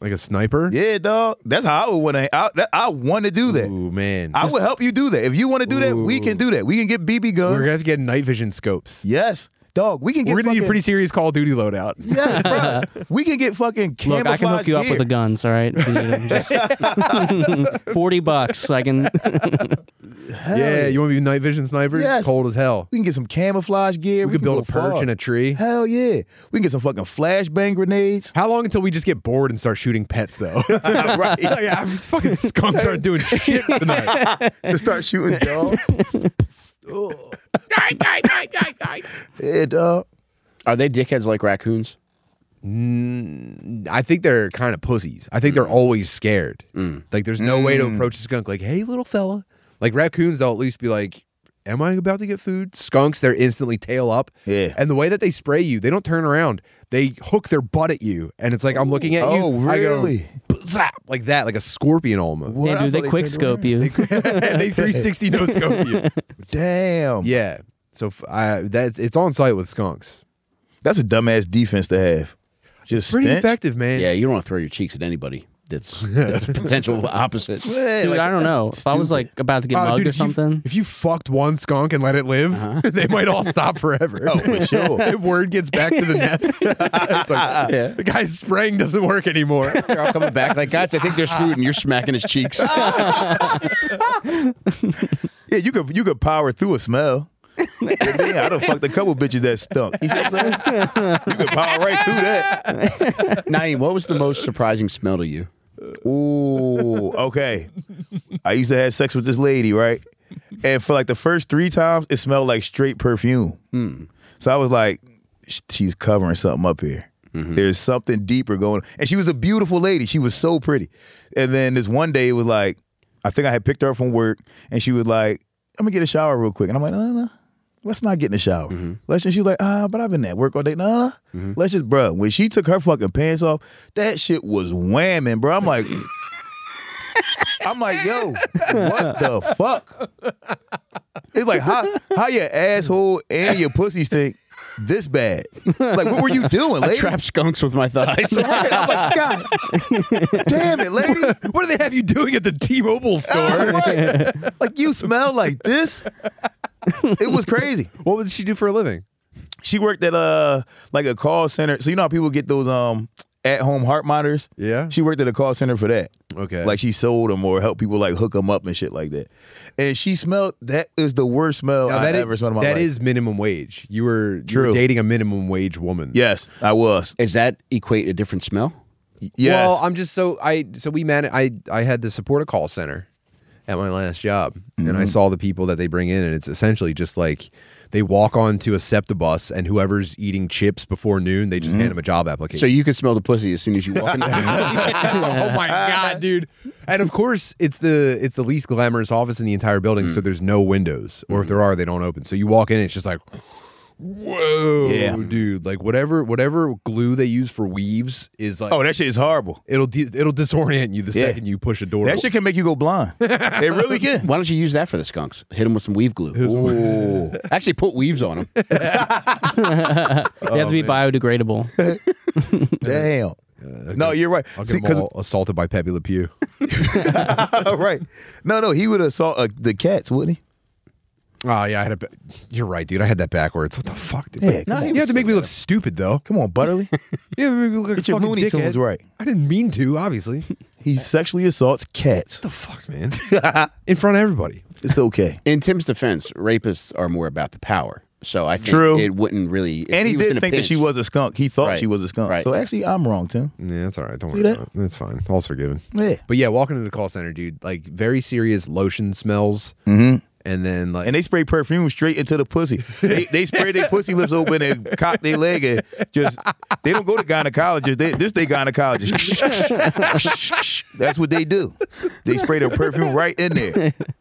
Like a sniper?
Yeah, dog. That's how I would want to. I, that- I want to do that.
Ooh, man.
I will help you do that. If you want to do that, we can do that. We can get BB
We're going
guns.
to have to get night vision scopes.
Yes, dog. We can get.
We're going to need a
fucking-
pretty serious Call of Duty loadout.
Yes, bro. we can get fucking camouflage
Look, I can hook you up with the
gear.
guns. All right, If you need 'em, just- forty bucks. I can.
Hell
yeah, you want to be night vision sniper?
Yes.
Cold as hell.
We can get some camouflage gear.
We, could build
go
a perch
far.
in a tree.
Hell yeah. We can get some fucking flashbang grenades.
How long until we just get bored and start shooting pets, though?
right.
Like, ah, these fucking skunks aren't doing shit tonight.
Just start shooting dogs. Ugh. yeah, dog.
Are they dickheads like raccoons?
I think they're kind of pussies. I think
Mm.
they're always scared. Like, there's no way to approach a skunk like, hey, little fella. Like, raccoons, they'll at least be like, am I about to get food? Skunks, they're instantly tail up.
Yeah.
And the way that they spray you, they don't turn around. They hook their butt at you. And it's like, I'm looking at you.
Oh,
I go,
really?
"Bzap," like that, like a scorpion almost.
What?
Damn,
I
dude,
thought
they
they
quick
turned
scope you.
they 360 no scope you.
Damn.
Yeah. So f- I, that's it's on site with skunks.
That's a dumbass defense to have. Just
Pretty
stench.
effective, man.
Yeah, you don't want to throw your cheeks at anybody. That's, that's a potential opposite.
Yeah,
Dude,
like,
I don't
that's
know. If I was
stupid.
like about to get
Oh,
mugged
dude,
or
if you-
something, Uh-huh.
if you fucked one skunk and let it live, they might all stop forever.
Oh, for sure.
If word gets back to the nest, it's like, the guy's spraying doesn't work anymore.
They're all coming back like, guys, I think they're screwed, and you're smacking his cheeks.
Yeah, you could you could power through a smell. I mean, I done fucked a couple bitches that stunk. You see what I'm saying? You could power right through that.
Naeem, what was the most surprising smell to you?
Ooh, okay. I used to have sex with this lady, right? And for like the first three times, it smelled like straight perfume. So I was like, "Sh- she's covering something up here. There's something deeper going on. And she was a beautiful lady. She was so pretty. And then this one day, it was like, I think I had picked her up from work, and she was like, I'm gonna get a shower real quick. And I'm like, "Uh, no, no, no. Let's not get in the shower. Let's just, she was like, ah, but I've been at work all day. No, no. Let's just, bruh. When she took her fucking pants off, that shit was whamming, bro. I'm like, I'm like, yo, what the fuck? It's like how how your asshole and your pussy stink this bad. Like, what were you doing,
I
lady?
trap skunks with my thighs.
Right, I'm like, God, damn it, lady.
What do they have you doing at the T-Mobile store?
Right. Like you smell like this. It was crazy.
what would she do for a living?
She worked at uh like a call center. So you know how people get those um at home heart monitors.
Yeah?
She worked at a call center for that.
Okay.
Like she sold them or helped people like hook them up and shit like that. And she smelled that is the worst smell
Now,
I've
that is-
ever smelled in my
that
life.
is minimum wage. You were, you were
True.
dating a minimum wage woman.
yes, I was.
Is that equate a different smell?
Yes.
Well, I'm just so I so we man I I had to support a call center at my last job, and I saw the people that they bring in, and it's essentially just like they walk onto a septibus, and whoever's eating chips before noon, they just hand them a job application.
So you can smell the pussy as soon as you walk in. the
oh my god, dude! And of course, it's the it's the least glamorous office in the entire building, so there's no windows, or if there are, they don't open. So you walk in, it's just like, whoa,
Yeah.
dude! Like whatever whatever glue they use for weaves is like.
oh, that shit is horrible.
It'll de- it'll disorient you the
Yeah.
second you push a door.
That shit can make you go blind. it really can.
Why don't you use that for the skunks? Hit them with some weave glue. Ooh. Actually, put weaves on them.
They have to be biodegradable.
Damn. No, you're right.
I'll
See,
get
'cause-
them all assaulted by Pepe Le Pew.
right. No, no, he would assault uh, the cats, wouldn't he?
oh yeah, I had a. Ba- You're right, dude. I had that backwards. What the fuck, dude?
Yeah, come
you have to make me look stupid, though.
Come on, Butterly.
You have to make me look like
Get
a
your
fucking
Looney
dickhead.
Tunes right.
I didn't mean to, obviously. what
He sexually assaults cats.
the fuck, man? In front of everybody.
It's okay.
In Tim's defense, rapists are more about the power. So I think
True.
it wouldn't really. if
And he,
was in
did
a
think that she
pinch-
was a skunk. He thought
Right.
she was a skunk.
Right.
So actually, I'm wrong, Tim.
Yeah, that's all right. Don't
See
worry
that?
about it. That's fine. All's forgiven.
Yeah.
But yeah, walking into the call center, dude, like very serious lotion smells,
Mm-hmm.
and then like
And they spray perfume straight into the pussy. They, they spray their pussy lips open and cock their leg and just, they don't go to gynecologists. They, this they gynecologist. That's what they do. They spray their perfume right in there.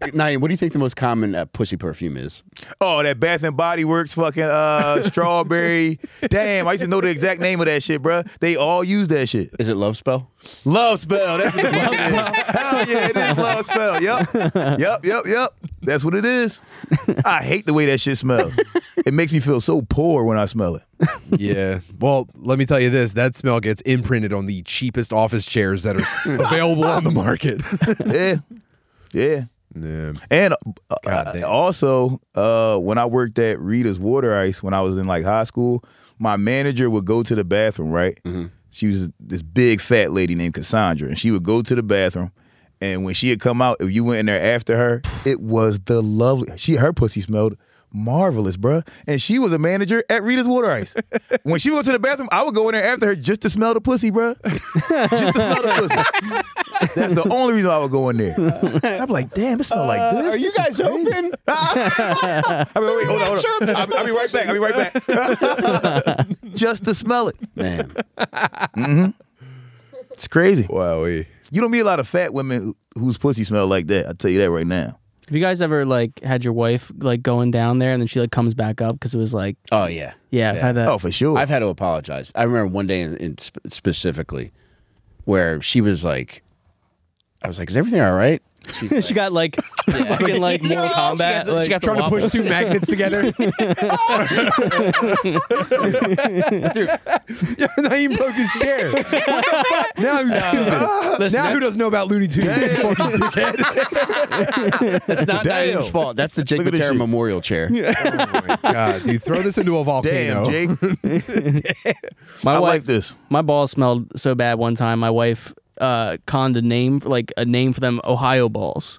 Naeem, what do you think the most common uh, pussy perfume is?
Oh, that Bath and Body Works fucking uh, strawberry. Damn, I used to know the exact name of that shit, bruh. They all use that shit.
Is it love spell?
Love spell. That's what the fuck it is. Hell yeah, it is love spell. Yep. Yep, yep, yep. That's what it is. I hate the way that shit smells. It makes me feel so poor when I smell it.
Yeah. Well, let me tell you this: that smell gets imprinted on the cheapest office chairs that are available on the market.
Yeah. Yeah.
yeah.
And uh,
God
uh,
damn.
also, uh, when I worked at Rita's Water Ice when I was in like high school, my manager would go to the bathroom, right?
Mm-hmm.
She was this big fat lady named Cassandra, and she would go to the bathroom. And when she had come out, if you went in there after her, it was the lovely. She her pussy smelled marvelous, bruh. And she was a manager at Rita's Water Ice. when she would go to the bathroom, I would go in there after her just to smell the pussy, bruh. just to smell the pussy. That's the only reason I would go in there. I'm like, damn, it smells like this.
Are you
This is
guys
crazy."
open?
I mean, wait, hold on, hold on. I'll, I'll be right back. I'll be right back. Just to smell it.
Man,
It's crazy.
Wowie.
You don't meet a lot of fat women who- whose pussy smell like that. I'll tell you that right now.
Have you guys ever like had your wife like going down there and then she like comes back up because it was like,
oh yeah.
yeah, Uh, I've had that.
Oh, for sure.
I've had to apologize. I remember one day in, in sp- specifically where she was like, "I was like, is everything all right?" She's
she got like fucking like Mortal Kombat.
she got- she got
like, the
trying to push
waffles.
Two magnets together. Yeah, Naeem broke his chair. What the fuck? now,
Listen,
now who doesn't know about Looney Tunes? Fucking dickhead.
that's not
Damn.
Naeem's fault. That's the Jake
Look at this
Matera
shit.
Memorial Chair.
God, dude, throw this into a volcano.
Damn, Jake.
My
I
wife,
like this.
my balls smelled so bad one time. My wife uh, conned a name, like a name for them, Ohio balls.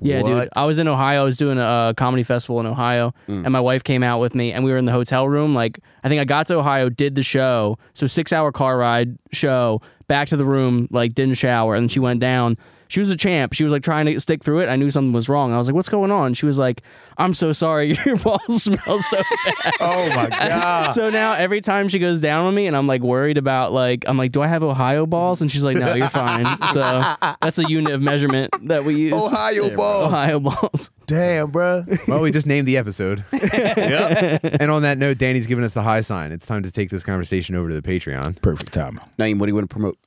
Yeah,
What? Mm.
dude. I was in Ohio. I was doing a, uh comedy festival in Ohio, and my wife came out with me, and we were in the hotel room. Like, I think I got to Ohio, did the show, so six hour car ride show, back to the room, like didn't shower, and she went down. She was a champ. She was like trying to stick through it. I knew something was wrong. I was like, "What's going on?" She was like, "I'm so sorry. Your balls smell so bad."
Oh my God.
so now every time she goes down on me and I'm like worried about like I'm like, do I have Ohio balls? And she's like, no, you're fine. So that's a unit of measurement that we use.
Ohio balls.
Ohio balls.
Damn, bro.
Well, we just named the episode.
Yep.
and on that note, Danny's giving us the high sign. It's time to take this conversation over to the Patreon.
Perfect timing.
Naeem, what do you want to promote?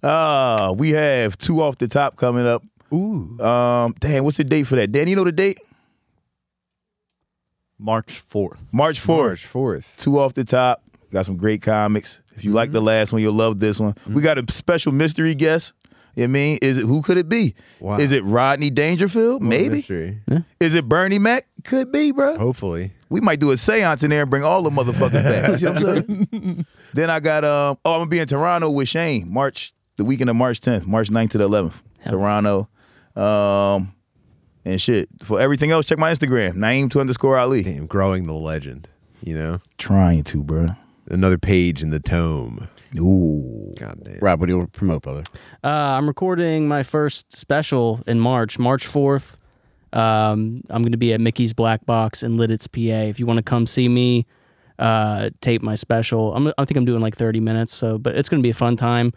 Uh, we have two off the top coming up. Ooh. Um, damn, what's the date for that? Dan, you know the date?
March 4th.
March 4th.
March 4th.
two off the top.
Mm-hmm.
Got some great comics. If you like the last one, you'll love this one. We got a special mystery guest. I mean, is it who could it be?
Wow.
Is it Rodney Dangerfield? Maybe.
Mystery. Oh.
Is it Bernie Mac? Could be, bro.
Hopefully.
We might do a seance in there and bring all the motherfuckers back. You see what I'm saying? then I got um oh I'm gonna be in Toronto with Shane March the weekend of March 10th, March 9th to the 11th, Toronto, um and shit. For everything else, check my Instagram Naeem to underscore Ali.
Damn, growing the legend. You know,
Trying to, bro.
another page in the tome.
Ooh,
God damn.
Rob, what do you want to promote, brother?
Uh, I'm recording my first special in March, March 4th. Um, I'm going to be at Mickey's Black Box in Lidditz, PA. If you want to come see me, uh, tape my special. I'm, I think I'm doing like 30 minutes, so but it's going to be a fun time.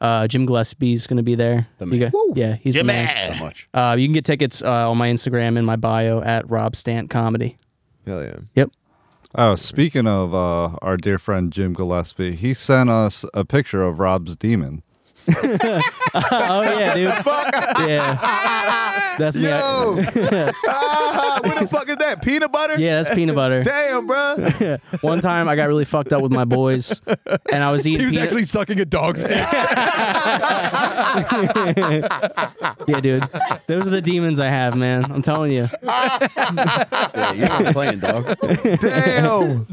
Uh, Jim Gillespie's going to be there. You guys- yeah, he's the man.
Not much.
Uh, you can get tickets uh, on my Instagram in my bio at Rob Stant Comedy.
Hell yeah.
Yep.
Oh, speaking of uh, our dear friend Jim Gillespie, he sent us a picture of Rob's demon.
Oh yeah, dude. Yeah. That's me.
yo, ah, what the fuck is that? Peanut butter?
Yeah, that's peanut butter.
Damn, bro.
One time I got really fucked up with my boys and I was eating
He was
peanut
actually sucking a dog's dick.
Yeah, dude. Those are the demons I have, man. I'm telling you.
Yeah, you're not playing, dog.
Damn.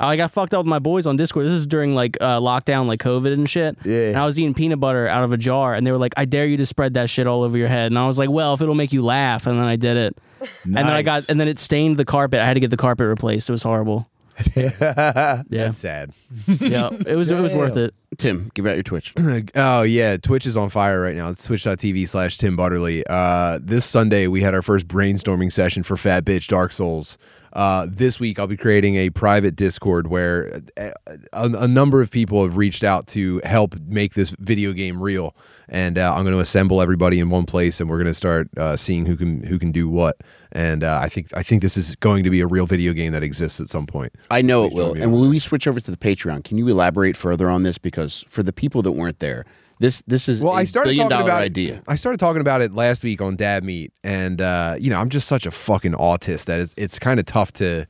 I got fucked up with my boys on Discord. This is during like uh, lockdown, like COVID and shit.
Yeah.
And I was eating peanut butter out of a jar, and they were like, "I dare you to spread that shit all over your head." And I was like, "Well, if it'll make you laugh," and then I did it. And then I
Nice.
got, and then it stained the carpet. I had to get the carpet replaced. It was horrible. yeah.
That's sad.
Yeah. It was. It was worth it.
Tim, give out your Twitch.
oh yeah, Twitch is on fire right now. It's twitch.tv slash Tim Butterly. Uh, this Sunday we had our first brainstorming session for Fat Bitch Dark Souls. Uh, this week I'll be creating a private Discord where a, a, a number of people have reached out to help make this video game real, and uh, I'm going to assemble everybody in one place, and we're going to start uh, seeing who can who can do what. And uh, I think I think this is going to be a real video game that exists at some point.
I know it will.
join me
And when we switch over to the Patreon, can you elaborate further on this? Because for the people that weren't there, this this is
well,
a
I started
billion
talking
dollar
about
idea.
I started talking about it last week on Dad Meet, and uh, you know, I'm just such a fucking autist that it's it's kind of tough to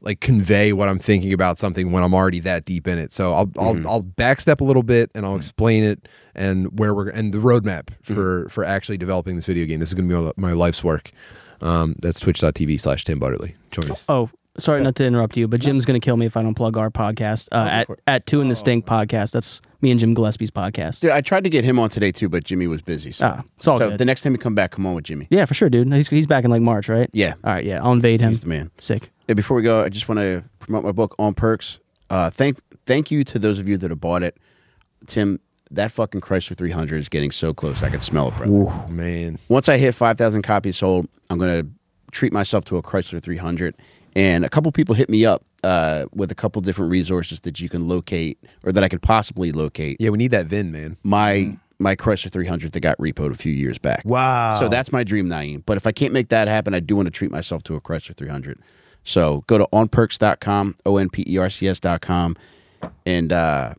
like convey what I'm thinking about something when I'm already that deep in it. So I'll
Mm-hmm.
I'll, I'll backstep a little bit and I'll explain it and where we're and the roadmap
Mm-hmm.
for for actually developing this video game. This is going to be my- my life's work. Um, that's twitch.tv slash Tim Butterly. Join us.
Oh, sorry not to interrupt you, but Jim's gonna kill me if I don't plug our podcast
Oh,
uh, at at Two in the Stink podcast. That's me and Jim Gillespie's podcast.
Dude, I tried to get him on today too, but Jimmy was busy. So,
Ah, it's all
so
good.
the next time we come back, come on with Jimmy.
Yeah, for sure, dude. He's he's back in like March, right?
Yeah.
All right, yeah. I'll invade him.
He's the man.
Sick.
Yeah, before we go, I just want to promote my book on perks. Uh, thank thank you to those of you that have bought it. Tim, that fucking Chrysler 300 is getting so close. I can smell it, bro.
man,
Once I hit 5,000 copies sold, I'm going to treat myself to a Chrysler 300. And a couple people hit me up uh, with a couple different resources that you can locate or that I could possibly locate
yeah, we need that Vin man.
my my Chrysler 300 that got repoed a few years back.
Wow.
So that's my dream, Naeem. But if I can't make that happen, I do want to treat myself to a Chrysler 300. So go to onperks.com, O N P E R C S.com. And uh,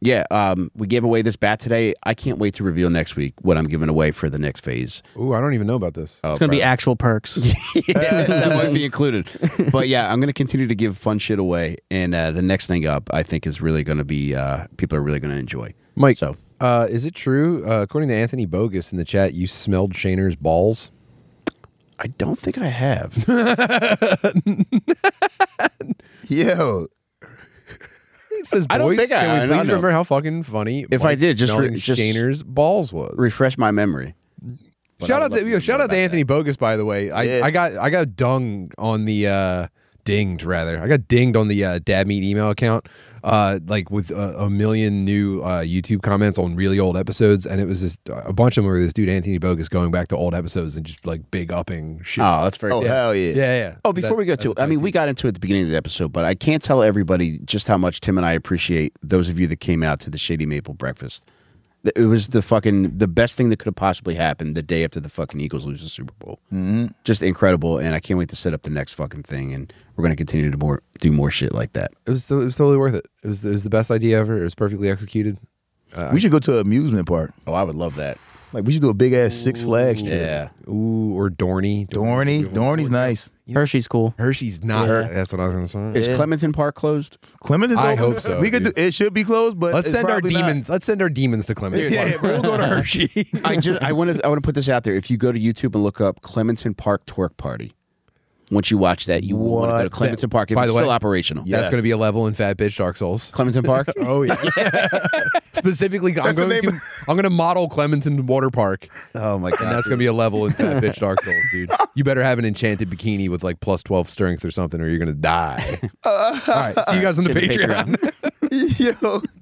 yeah, um, we gave away this bat today. I can't wait to reveal next week what I'm giving away for the next phase.
Ooh, I don't even know about this.
Oh,
It's gonna be actual perks.
that might be included. But yeah, I'm going to continue to give fun shit away. And uh, the next thing up, I think, is really going to be uh, people are really going to enjoy.
Mike,
So
uh, is it true? Uh, according to Anthony Bogus in the chat, you smelled Shayner's balls.
I don't think I have.
Yo,
It says,
I don't
"Boys,
think I-
can we
I don't
please
know."
remember how fucking funny.
If
Mike
I did, just
smelling
re- just-
Shayner's balls was.
refresh my memory. But
shout
I
out
would
to
love
yo, shout
know
out to
about
Anthony Bogus by the way. I, I got I got dung on the uh, dinged rather. I got dinged on the uh, Dad Meat email account. Uh, like with uh, a million new uh, YouTube comments on really old episodes, and it was just a bunch of them were this dude Anthony Bogus going back to old episodes and just like big upping shit.
that. Oh, that's very.
oh hell yeah.
yeah, yeah.
Oh, before we go
That's-
to,
that's
I mean, we got into it at the beginning of the episode, but I can't tell everybody just how much Tim and I appreciate those of you that came out to the Shady Maple breakfast. Th- It was the fucking the best thing that could have possibly happened the day after the fucking Eagles lose the Super Bowl. Mm-hmm. Just incredible, and I can't wait to set up the next fucking thing, and we're gonna continue to more do more shit like that.
It was it was totally worth it. It was it was the best idea ever. It was perfectly executed.
we should go to an amusement park.
Oh, I would love that.
Like we should do a big ass Six Flags trip.
Yeah.
Ooh, or Dorney.
Dorney, Dorney's nice.
Hershey's cool.
Hershey's not.
Yeah.
That's what I was going to say.
Is Clementon Park closed?
Clementon's
I
open.
hope so,
We could
dude.
do. It should be closed, but
Let's
it's
send our
probably not.
demons. Let's send our demons to Clemens.
Yeah,
Park.
we'll go to
Hershey.
I just I want to I want to put this out there. If you go to YouTube and look up Clementon Park Twerk Party, once you watch that, you will want to go to
What?
Clementon Park. If
By
it's
the way-
still operational,
Yeah.
That's going to be a level in Fat Bitch Dark Souls.
Clementon Park.
Oh yeah. Specifically, I'm
the
going to
name.
I'm going to model Clementon Water Park,
oh my
and
Ah,
god,
that's going to be a level in Fat Bitch Dark Souls, dude. You better have an enchanted bikini with like plus twelve strength or something, or you're going to die. All right, see you guys on the
Shit,
Patreon.
Yo,